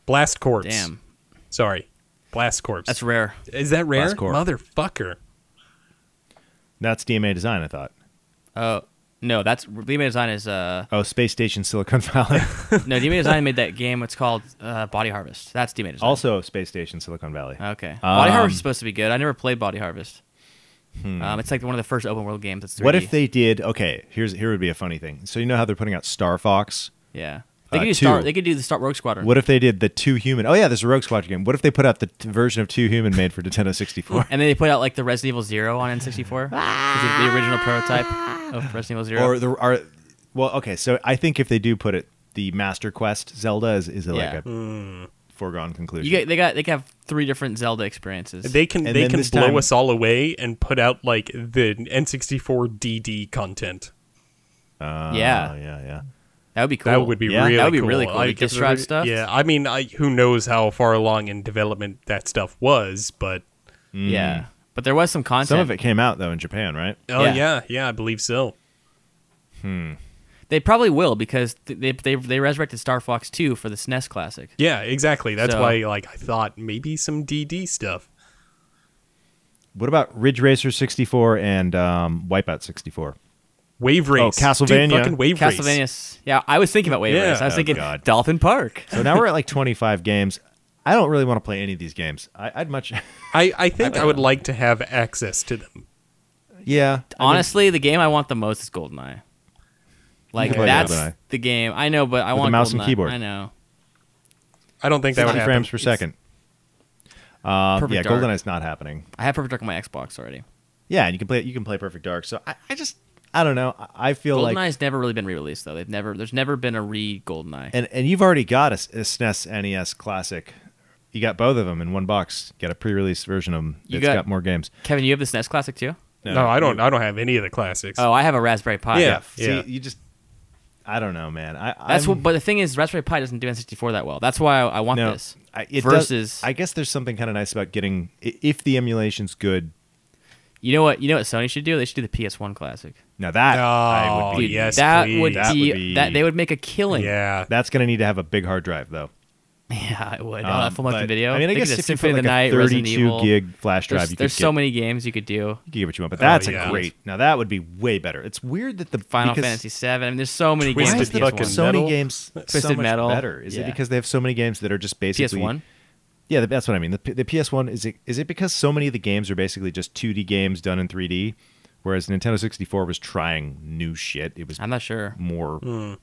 Speaker 2: Blast Corps.
Speaker 3: Damn,
Speaker 2: Sorry. Blast Corps.
Speaker 3: that's rare.
Speaker 2: Is that rare?
Speaker 1: Blast Corps.
Speaker 2: Motherfucker.
Speaker 1: That's DMA design, I thought.
Speaker 3: Oh no, that's Demon Design is uh
Speaker 1: Oh, Space Station Silicon Valley.
Speaker 3: no Demon Design made that game. What's called uh, Body Harvest. That's Demon Design.
Speaker 1: also, Space Station Silicon Valley.
Speaker 3: okay. Body
Speaker 1: Um,
Speaker 3: Harvest is supposed to be good. I never played Body Harvest. Um, it's like one of the first open world games. That's 3D.
Speaker 1: Hmm. What if they did? Okay, here's here would be a funny thing. So you know how they're putting out Star Fox.
Speaker 3: Yeah. They
Speaker 1: Uh,
Speaker 3: could do
Speaker 1: two.
Speaker 3: Star. They could do the Star Rogue Squadron.
Speaker 1: What if they did the Two Human? Oh yeah, there's a Rogue Squadron game. What if they put out the t- version of Two Human made for Nintendo 64?
Speaker 3: and then they put out like the Resident Evil Zero on N64, Which is the original prototype of Resident Evil Zero.
Speaker 1: or there are well, okay. So I think if they do put it, the Master Quest Zelda is is
Speaker 3: Yeah.
Speaker 1: like a foregone conclusion. Uh,
Speaker 3: you get, they got they could have three different Zelda experiences.
Speaker 2: They can
Speaker 1: And
Speaker 2: they
Speaker 1: then
Speaker 2: can
Speaker 1: this
Speaker 2: blow
Speaker 1: time-
Speaker 2: us all away and put out like the N64 DD content.
Speaker 1: Uh,
Speaker 3: Yeah.
Speaker 1: yeah, yeah.
Speaker 3: that would be cool.
Speaker 2: That would be
Speaker 1: Yeah.
Speaker 2: really
Speaker 3: That would be
Speaker 2: cool.
Speaker 3: really cool.
Speaker 2: I-
Speaker 3: The
Speaker 2: because
Speaker 3: disk drive
Speaker 2: it-
Speaker 3: stuff?
Speaker 2: Yeah, I mean, I, who knows how far along in development that stuff was, but
Speaker 3: yeah. But there was some content.
Speaker 1: Hmm. Some of it came out though in Japan, right?
Speaker 2: oh
Speaker 3: Yeah.
Speaker 2: yeah, yeah, I believe so.
Speaker 3: They probably will because th- they they they resurrected Star Fox Two for the SNES Classic.
Speaker 2: Yeah, exactly. That's
Speaker 3: So-
Speaker 2: why like I thought maybe some DD stuff.
Speaker 1: What about Ridge Racer 64 and um, Wipeout 64?
Speaker 2: Wave race. Dude,
Speaker 1: Oh, Castlevania.
Speaker 2: fucking wave race.
Speaker 3: Castlevania. Yeah, I was thinking about Wave
Speaker 2: Yeah.
Speaker 3: Race. I
Speaker 1: Oh,
Speaker 3: was thinking
Speaker 1: God.
Speaker 3: Dolphin Park.
Speaker 1: So now we're at like 25 games. I don't really want to play any of these games. I, I'd much.
Speaker 2: I, I think I would like to have access to them.
Speaker 1: yeah.
Speaker 3: Honestly, the game I want the most is GoldenEye. Like
Speaker 1: can play
Speaker 3: that's
Speaker 1: GoldenEye.
Speaker 3: the game I know, but I
Speaker 1: With a
Speaker 3: want
Speaker 1: mouse and
Speaker 3: GoldenEye.
Speaker 1: keyboard.
Speaker 3: I know.
Speaker 2: I don't think that would
Speaker 1: 60
Speaker 2: happen.
Speaker 1: frames per second. Um,
Speaker 3: Perfect
Speaker 1: yeah,
Speaker 3: Dark.
Speaker 1: GoldenEye's not happening.
Speaker 3: I have Perfect Dark on my Xbox already.
Speaker 1: Yeah, and you can play you can play Perfect Dark. So I, I just I don't know. I, I feel like
Speaker 3: GoldenEye's never really been re-released though. They've never there's never been a re GoldenEye.
Speaker 1: and and you've already got a, s- a SNES NES classic. You got both of them in one box. Get a pre-release version of them.
Speaker 3: You
Speaker 1: has
Speaker 3: got-
Speaker 1: got, more games.
Speaker 3: Kevin, you have the SNES Classic too?
Speaker 2: No, I don't. I don't have any of the classics.
Speaker 3: Oh, I have a Raspberry Pi.
Speaker 2: Yeah.
Speaker 1: See, you just I don't know, man. I
Speaker 3: That's
Speaker 1: I'm-
Speaker 3: what, but the thing is, Raspberry Pi doesn't do N64 that well. That's why I, I want this.
Speaker 1: I, it does-
Speaker 3: versus,
Speaker 1: I guess there's something kind of nice about getting i- if the emulation's good.
Speaker 3: you know what? You know what Sony should do? They should do the PS1 Classic.
Speaker 1: Now that I
Speaker 2: Oh,
Speaker 1: would be,
Speaker 2: yeah. Yes,
Speaker 3: that
Speaker 2: please.
Speaker 3: would
Speaker 1: That
Speaker 3: be,
Speaker 1: would be-
Speaker 3: that they would make a killing.
Speaker 2: yeah.
Speaker 1: that's going to need to have a big hard drive though.
Speaker 3: yeah, it would.
Speaker 1: Um,
Speaker 3: Um, full motion
Speaker 1: but-
Speaker 3: video.
Speaker 1: I mean, I
Speaker 3: They could
Speaker 1: guess
Speaker 3: do
Speaker 1: if you
Speaker 3: Symphony
Speaker 1: put like
Speaker 3: of the
Speaker 1: a
Speaker 3: Night, Resident
Speaker 1: 32
Speaker 3: Evil.
Speaker 1: gig flash drive,
Speaker 3: There's,
Speaker 1: you could
Speaker 3: there's so
Speaker 1: get,
Speaker 3: many games you could do.
Speaker 1: you could get what you want. But
Speaker 2: Oh,
Speaker 1: that's
Speaker 2: yeah.
Speaker 1: a great. Now that would be way better. It's weird that the
Speaker 3: Final
Speaker 1: because
Speaker 3: Fantasy VII. I mean, there's so many
Speaker 1: Why
Speaker 2: Twisted
Speaker 1: is
Speaker 3: games.
Speaker 1: the
Speaker 3: on
Speaker 2: fucking
Speaker 3: PS1.
Speaker 1: Sony
Speaker 2: Metal?
Speaker 1: games so
Speaker 3: Twisted
Speaker 1: much
Speaker 3: Metal.
Speaker 1: better? Is it
Speaker 3: Yeah.
Speaker 1: because they have so many games that are just basically
Speaker 3: PS1.
Speaker 1: Yeah, th- that's what I mean. The, P- the PS1 is it is it because so many of the games are basically just 2D games done in 3D, whereas Nintendo 64 was trying new shit. It was
Speaker 3: I'm not sure.
Speaker 1: more.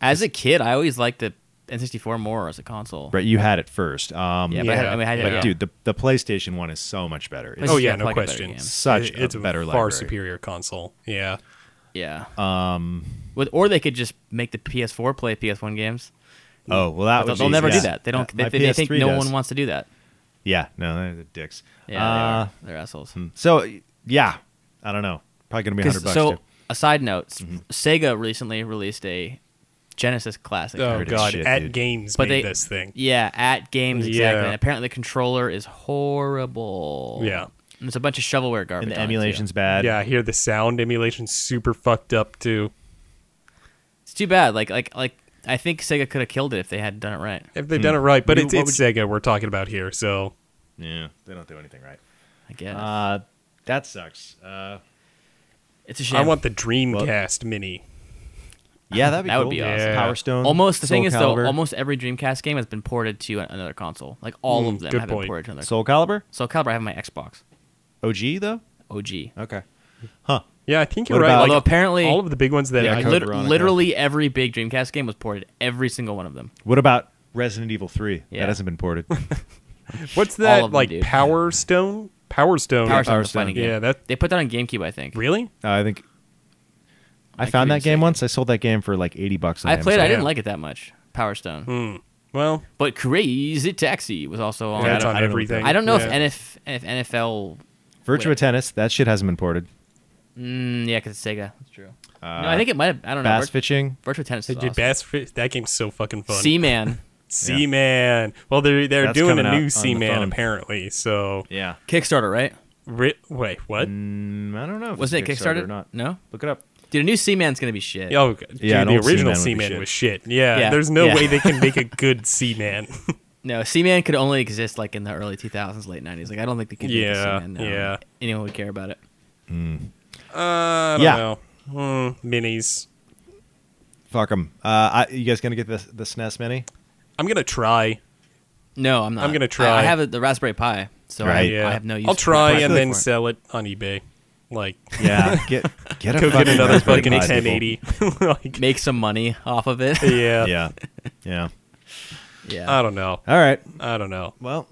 Speaker 3: As a kid, I always liked the N64 more as a console.
Speaker 1: Right, you had it first. Um,
Speaker 3: Yeah, but I had- I mean, I had it,
Speaker 1: but
Speaker 3: yeah.
Speaker 1: dude, the, the PlayStation One is so much better. It's-
Speaker 2: Oh
Speaker 3: It's
Speaker 2: yeah,
Speaker 3: just
Speaker 2: no
Speaker 3: like a better
Speaker 2: question.
Speaker 3: game.
Speaker 1: Such
Speaker 2: It-
Speaker 1: a
Speaker 2: it's a
Speaker 1: better
Speaker 2: far
Speaker 1: library.
Speaker 2: superior console. Yeah.
Speaker 3: Yeah. Um. With or they could just make the PS4 play PS1 games.
Speaker 1: Oh well, that
Speaker 3: They'll,
Speaker 1: was
Speaker 3: they'll never
Speaker 1: yeah.
Speaker 3: do that. They don't.
Speaker 1: My
Speaker 3: They, they think
Speaker 1: PS3
Speaker 3: no
Speaker 1: does.
Speaker 3: one wants to do that.
Speaker 1: Yeah, no, they're the dicks.
Speaker 3: Yeah,
Speaker 1: Uh,
Speaker 3: they are. they're assholes.
Speaker 1: so yeah, I don't know. Probably gonna be
Speaker 3: 'Cause-
Speaker 1: hundred bucks. Mm-hmm.
Speaker 3: so,
Speaker 1: too.
Speaker 3: a side note: s- Sega recently released a Genesis classic.
Speaker 2: Oh
Speaker 1: heard it's
Speaker 2: god,
Speaker 1: shit,
Speaker 2: at
Speaker 1: dude.
Speaker 2: games
Speaker 3: But
Speaker 2: made
Speaker 3: they-
Speaker 2: this thing.
Speaker 3: Yeah, at games exactly.
Speaker 2: Yeah.
Speaker 3: And apparently, the controller is horrible.
Speaker 2: Yeah.
Speaker 3: And there's a bunch of shovelware garbage.
Speaker 1: and the
Speaker 3: on it, too.
Speaker 1: emulation's bad.
Speaker 2: Yeah, I hear the sound emulation super fucked up too.
Speaker 3: It's too bad. Like, like, like. I think Sega could have killed it if they had done it right.
Speaker 2: If
Speaker 1: Hmm.
Speaker 2: they've done it right, but
Speaker 1: You-
Speaker 2: it's,
Speaker 1: what
Speaker 2: it's Sega we're talking about here, so
Speaker 1: yeah, they don't do anything right.
Speaker 3: I guess
Speaker 1: Uh, that sucks. Uh,
Speaker 3: it's a shame.
Speaker 2: I want the Dreamcast Mini.
Speaker 1: yeah, that'd
Speaker 3: be That would cool. be
Speaker 2: awesome.
Speaker 1: Power Stone.
Speaker 3: almost the
Speaker 1: Soul
Speaker 3: thing is
Speaker 1: Calibur.
Speaker 3: though, almost every Dreamcast game has been ported to another console. Like all
Speaker 2: Mm,
Speaker 3: of them
Speaker 2: good
Speaker 3: have
Speaker 2: point.
Speaker 3: been ported to another. So,
Speaker 1: Soul Calibur.
Speaker 3: so Calibur, I have on my Xbox.
Speaker 1: OG though.
Speaker 3: OG.
Speaker 1: Okay.
Speaker 2: Yeah, I think you're
Speaker 1: What
Speaker 2: right.
Speaker 1: about-
Speaker 2: like,
Speaker 3: Although apparently,
Speaker 2: all of the big ones that
Speaker 1: Yeah,
Speaker 2: I,
Speaker 1: Code
Speaker 3: lit-
Speaker 1: Veronica.
Speaker 3: literally every big Dreamcast game was ported. Every single one of them.
Speaker 1: What about Resident Evil Three?
Speaker 3: Yeah.
Speaker 1: That hasn't been ported. Uh,
Speaker 2: what's
Speaker 3: all
Speaker 2: that
Speaker 3: of them,
Speaker 2: like
Speaker 3: dude.
Speaker 2: Power Stone? Power Stone.
Speaker 3: Power Stone's
Speaker 1: Power
Speaker 3: a fighting
Speaker 2: Stone.
Speaker 3: game.
Speaker 2: Yeah, that-
Speaker 3: they put that on GameCube, I think.
Speaker 2: Really?
Speaker 1: Uh, I think I,
Speaker 3: could
Speaker 1: found
Speaker 3: be
Speaker 1: that game
Speaker 3: mistaken.
Speaker 1: once. I sold that game for like eighty bucks. On
Speaker 3: I played. it.
Speaker 1: Amazon.
Speaker 3: I didn't
Speaker 2: Yeah.
Speaker 3: like it that much. Power Stone,
Speaker 2: Hmm. Well,
Speaker 3: but Crazy Taxi was also on.
Speaker 2: Yeah,
Speaker 3: I,
Speaker 2: it's
Speaker 3: don't,
Speaker 2: on
Speaker 1: I don't know what
Speaker 2: everything.
Speaker 1: that-
Speaker 3: I don't know
Speaker 2: Yeah.
Speaker 3: if, NF, if NFL.
Speaker 1: Virtua
Speaker 3: Wait.
Speaker 1: Tennis. That shit hasn't been ported.
Speaker 3: Mm, yeah, because it's Sega. That's true. no, I think it might have. I don't know.
Speaker 1: Uh, Bass
Speaker 3: Virt-
Speaker 1: fishing.
Speaker 3: Virtual Tennis
Speaker 2: They
Speaker 3: is
Speaker 2: did
Speaker 3: awesome.
Speaker 2: Bass Fish. That game's so fucking fun.
Speaker 3: Seaman
Speaker 2: Seaman. Well, they're they're
Speaker 1: That's
Speaker 2: doing
Speaker 1: coming
Speaker 2: a
Speaker 1: out on
Speaker 2: new
Speaker 1: the
Speaker 2: Seaman
Speaker 1: phone.
Speaker 2: apparently. So
Speaker 1: Yeah.
Speaker 3: Kickstarter, right?
Speaker 2: ri- wait, what?
Speaker 1: Mm, I don't know. If
Speaker 3: Wasn't it
Speaker 1: it's
Speaker 3: Kickstarter?
Speaker 1: or not?
Speaker 3: No.
Speaker 1: Look it up.
Speaker 3: Dude, a new Seaman's gonna be shit.
Speaker 2: Oh, g-
Speaker 1: Yeah, an
Speaker 2: dude,
Speaker 1: old
Speaker 2: the original
Speaker 1: Seaman would be
Speaker 2: Seaman
Speaker 1: shit.
Speaker 2: was shit. Yeah,
Speaker 3: Yeah.
Speaker 2: there's no
Speaker 3: Yeah.
Speaker 2: way they can make a good Seaman.
Speaker 3: No, Seaman could only exist like in the early 2000s, late 90s. Like I don't think they could make a
Speaker 2: Yeah,
Speaker 3: Seaman now.
Speaker 2: yeah.
Speaker 3: Anyone would care about it.
Speaker 2: uh, I don't
Speaker 1: Yeah.
Speaker 2: know. Hmm, minis.
Speaker 1: Fuck them. Uh, I, you guys gonna get the the SNES Mini?
Speaker 2: I'm gonna try.
Speaker 3: No, I'm not.
Speaker 2: I'm gonna
Speaker 3: I- I,
Speaker 2: try.
Speaker 3: have a, the Raspberry Pi, so I,
Speaker 1: Right.
Speaker 2: Yeah,
Speaker 3: I have no use.
Speaker 2: I'll
Speaker 3: for it.
Speaker 1: I
Speaker 2: try
Speaker 1: feel
Speaker 2: and
Speaker 1: like
Speaker 2: then
Speaker 1: we're-
Speaker 2: sell it on eBay. Like,
Speaker 1: Yeah, get get a
Speaker 2: go get
Speaker 1: fucking E
Speaker 2: another
Speaker 1: Raspberry
Speaker 2: fucking
Speaker 1: Pi, people.
Speaker 2: 1080. like,
Speaker 3: Make some money off of it.
Speaker 2: yeah. Um,
Speaker 1: Yeah, yeah.
Speaker 3: yeah.
Speaker 2: I don't know.
Speaker 1: All right.
Speaker 2: I don't know.
Speaker 1: Well,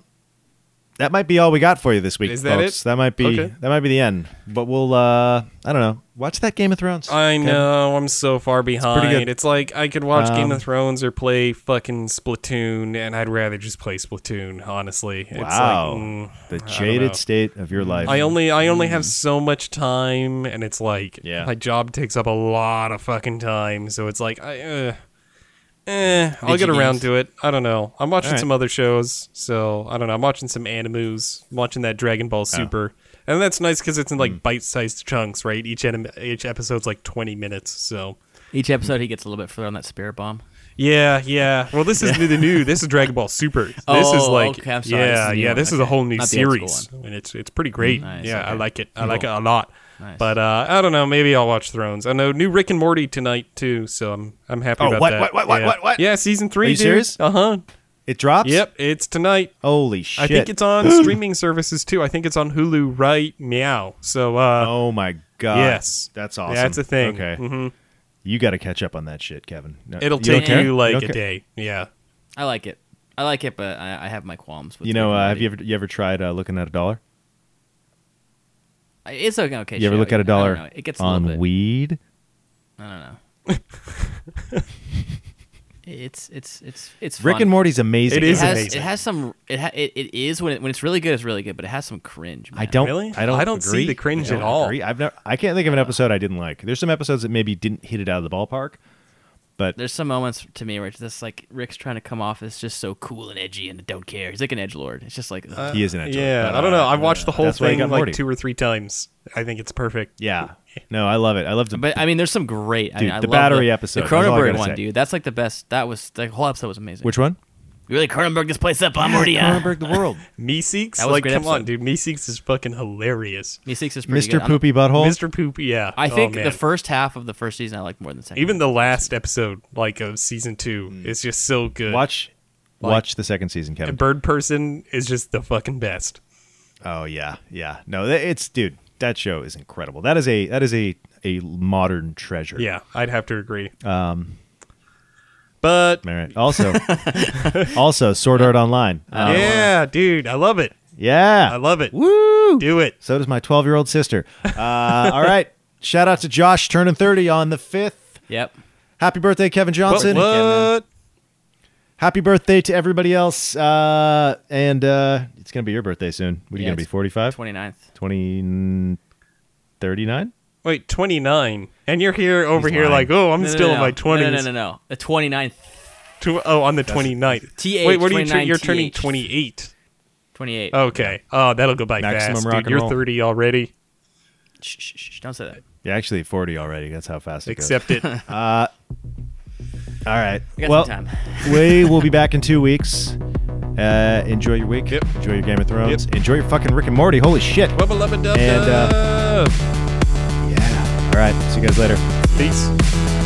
Speaker 1: that might be all we got for you this week,
Speaker 2: Is that
Speaker 1: folks.
Speaker 2: it?
Speaker 1: That might be
Speaker 2: Okay.
Speaker 1: that might be the end. But we'll uh I don't know. Watch that Game of Thrones.
Speaker 2: I
Speaker 1: Okay?
Speaker 2: know. I'm so far behind. It's,
Speaker 1: good.
Speaker 2: like I could watch Game
Speaker 1: Um,
Speaker 2: of Thrones or play fucking Splatoon, and I'd rather just play Splatoon. Honestly, It's like,
Speaker 1: Wow.
Speaker 2: mm,
Speaker 1: The
Speaker 2: don't know.
Speaker 1: jaded state of your life.
Speaker 2: I only I only have so much time, and it's like
Speaker 1: Yeah.
Speaker 2: my job takes up a lot of fucking time. So it's like I, uh, eh, I'll get
Speaker 3: Video
Speaker 2: around
Speaker 3: games.
Speaker 2: to it. I don't know. I'm watching
Speaker 1: Alright.
Speaker 2: some other shows, so I don't know. I'm watching some animes. I'm watching that Dragon
Speaker 1: Oh.
Speaker 2: Ball Super, and that's nice because it's in
Speaker 1: Mm.
Speaker 2: like bite-sized chunks, right? Each anime, each episode's like 20 minutes, so.
Speaker 3: Each episode, he gets a little bit further on that spirit bomb.
Speaker 2: Yeah, yeah. Well, this is new, the new. This is Dragon Ball Super. This is
Speaker 3: Oh,
Speaker 2: like,
Speaker 3: okay, I'm sorry, this
Speaker 2: yeah,
Speaker 3: is the new
Speaker 2: yeah.
Speaker 3: one,
Speaker 2: This is a
Speaker 3: okay.
Speaker 2: whole new
Speaker 3: Not the old school
Speaker 2: series, and it's it's pretty great.
Speaker 3: Nice,
Speaker 2: yeah, I
Speaker 3: okay.
Speaker 2: like it. I
Speaker 3: Cool.
Speaker 2: like it a lot.
Speaker 3: Nice.
Speaker 2: But uh, I don't know. Maybe I'll watch Thrones. I know new Rick and Morty tonight too, so I'm I'm happy
Speaker 1: Oh,
Speaker 2: about
Speaker 1: what,
Speaker 2: that.
Speaker 1: what, what, what,
Speaker 2: yeah.
Speaker 1: what, what?
Speaker 2: Yeah, season three.
Speaker 1: Are you
Speaker 2: dude.
Speaker 1: serious?
Speaker 2: Uh huh.
Speaker 1: it drops?
Speaker 2: Yep, it's tonight.
Speaker 1: Holy shit.
Speaker 2: I think it's on streaming services too. I think it's on Hulu right meow. So uh,
Speaker 1: Oh my god.
Speaker 2: Yes.
Speaker 1: That's awesome.
Speaker 2: that's a thing.
Speaker 1: Okay.
Speaker 2: Mhm.
Speaker 1: You gotta catch up on that shit, Kevin. No,
Speaker 2: It'll
Speaker 1: don't
Speaker 2: take
Speaker 1: care?
Speaker 2: you like
Speaker 1: don't
Speaker 2: a
Speaker 1: care?
Speaker 2: day. Yeah.
Speaker 3: I like it. I like it, but I, I have my qualms. With
Speaker 1: You know,
Speaker 3: Rick and
Speaker 1: uh, have
Speaker 3: Morty.
Speaker 1: you ever you ever tried uh, looking at a dollar?
Speaker 3: I- It's okay. okay
Speaker 1: You ever
Speaker 3: sure,
Speaker 1: look at
Speaker 3: I
Speaker 1: a
Speaker 3: don't
Speaker 1: dollar
Speaker 3: know. It gets a
Speaker 1: on
Speaker 3: little bit.
Speaker 1: weed?
Speaker 3: I don't know. it's it's it's it's
Speaker 1: Rick
Speaker 3: fun.
Speaker 1: and Morty's amazing.
Speaker 2: It is
Speaker 3: It has,
Speaker 2: amazing.
Speaker 3: it has some. It, ha, it it is when it, when it's really good. It's really good, but it has some cringe. Man.
Speaker 1: I don't.
Speaker 2: Really?
Speaker 1: I don't.
Speaker 2: I don't see
Speaker 1: agree.
Speaker 2: the cringe
Speaker 1: I don't
Speaker 2: at all.
Speaker 1: Agree. I've never. I can't think of an episode I didn't like. There's some episodes that maybe didn't hit it out of the ballpark, but
Speaker 3: There's some moments to me where it's just like Rick's trying to come off as just so cool and edgy and don't care. He's like an edge lord. It's just like ugh.
Speaker 1: he is an edge. uh,
Speaker 2: Yeah, I don't know. I've watched the whole
Speaker 1: that's why you
Speaker 2: thing
Speaker 1: got
Speaker 2: like
Speaker 1: Morty.
Speaker 2: two or three times. I think it's perfect.
Speaker 1: Yeah. No, I love it. I love the.
Speaker 3: But I mean, there's some great. I
Speaker 1: Dude,
Speaker 3: mean, I
Speaker 1: the
Speaker 3: love
Speaker 1: battery
Speaker 3: the,
Speaker 1: episode,
Speaker 3: the
Speaker 1: that's all I
Speaker 3: Cronenberg
Speaker 1: gotta
Speaker 3: one,
Speaker 1: say.
Speaker 3: dude. That's like the best. That was the whole episode was amazing.
Speaker 1: which one?
Speaker 3: you really Cronenberg this place up, I'm already. Uh,
Speaker 1: Cronenberg the world.
Speaker 2: Meeseeks,
Speaker 3: That was a
Speaker 2: like,
Speaker 3: great
Speaker 2: come on,
Speaker 3: episode.
Speaker 2: dude. Meeseeks is fucking hilarious.
Speaker 3: Me six is pretty good.
Speaker 1: Mr.
Speaker 3: I'm-
Speaker 1: Poopy Butthole.
Speaker 2: Mr. Poop, yeah.
Speaker 3: I
Speaker 2: Oh,
Speaker 3: think
Speaker 2: man.
Speaker 3: the first half of the first season I liked more than the second.
Speaker 2: even the last episode, like of season two, is just so good.
Speaker 1: Hmm. Watch.
Speaker 2: Like-
Speaker 1: watch the second season, Kevin.
Speaker 2: and Bird Person is just the fucking best.
Speaker 1: Oh yeah, yeah. No, that, it's dude. That show is incredible. That is a that is a a modern treasure.
Speaker 2: Yeah, I'd have to agree. Um, but
Speaker 1: All right. Also, also Sword Art Online. Uh,
Speaker 2: yeah, dude, I love it.
Speaker 1: yeah.
Speaker 2: I love it.
Speaker 1: Woo!
Speaker 2: Do it.
Speaker 1: So does my 12 year old sister. Uh, all right. Shout out to Josh turning 30 on the 5th.
Speaker 3: Yep.
Speaker 1: Happy birthday, Kevin
Speaker 2: What?
Speaker 1: Johnson.
Speaker 2: what?
Speaker 1: Happy birthday to everybody else. Uh, and uh, it's going to be your birthday soon. What are you
Speaker 3: Yeah,
Speaker 1: going to be,
Speaker 3: it's
Speaker 1: 45?
Speaker 3: 29th.
Speaker 1: 20, 39?
Speaker 2: Wait, 29. And you're here over
Speaker 1: He's
Speaker 2: here
Speaker 1: lying.
Speaker 2: like, oh, I'm
Speaker 3: No, no,
Speaker 2: still
Speaker 3: no,
Speaker 2: in my 20s.
Speaker 3: No, no, no, no. no. The 29th,
Speaker 2: Tw- oh, on the 29th.
Speaker 3: TH,
Speaker 2: Wait, what are you turning?
Speaker 3: 29,
Speaker 2: You're turning
Speaker 3: TH.
Speaker 2: 28.
Speaker 3: 28th.
Speaker 2: Okay. Oh, that'll go by
Speaker 1: Maximum
Speaker 2: fast,
Speaker 1: rock
Speaker 2: dude.
Speaker 1: and
Speaker 2: You're
Speaker 1: roll.
Speaker 2: 30 already.
Speaker 3: Shh, shh, shh, shh, don't say that.
Speaker 1: Yeah, actually 40 already. That's how fast it
Speaker 2: Accept it.
Speaker 1: goes. All right.
Speaker 3: We got
Speaker 1: well,
Speaker 3: some time.
Speaker 1: we will be back in two weeks. Uh, enjoy your week.
Speaker 2: Yep.
Speaker 1: Enjoy your Game of Thrones. Enjoy your fucking Rick and Morty. Holy shit.
Speaker 2: Wubba lubba dub
Speaker 1: And, uh,
Speaker 2: dub.
Speaker 1: Yeah. All right. See you guys later.
Speaker 2: Peace.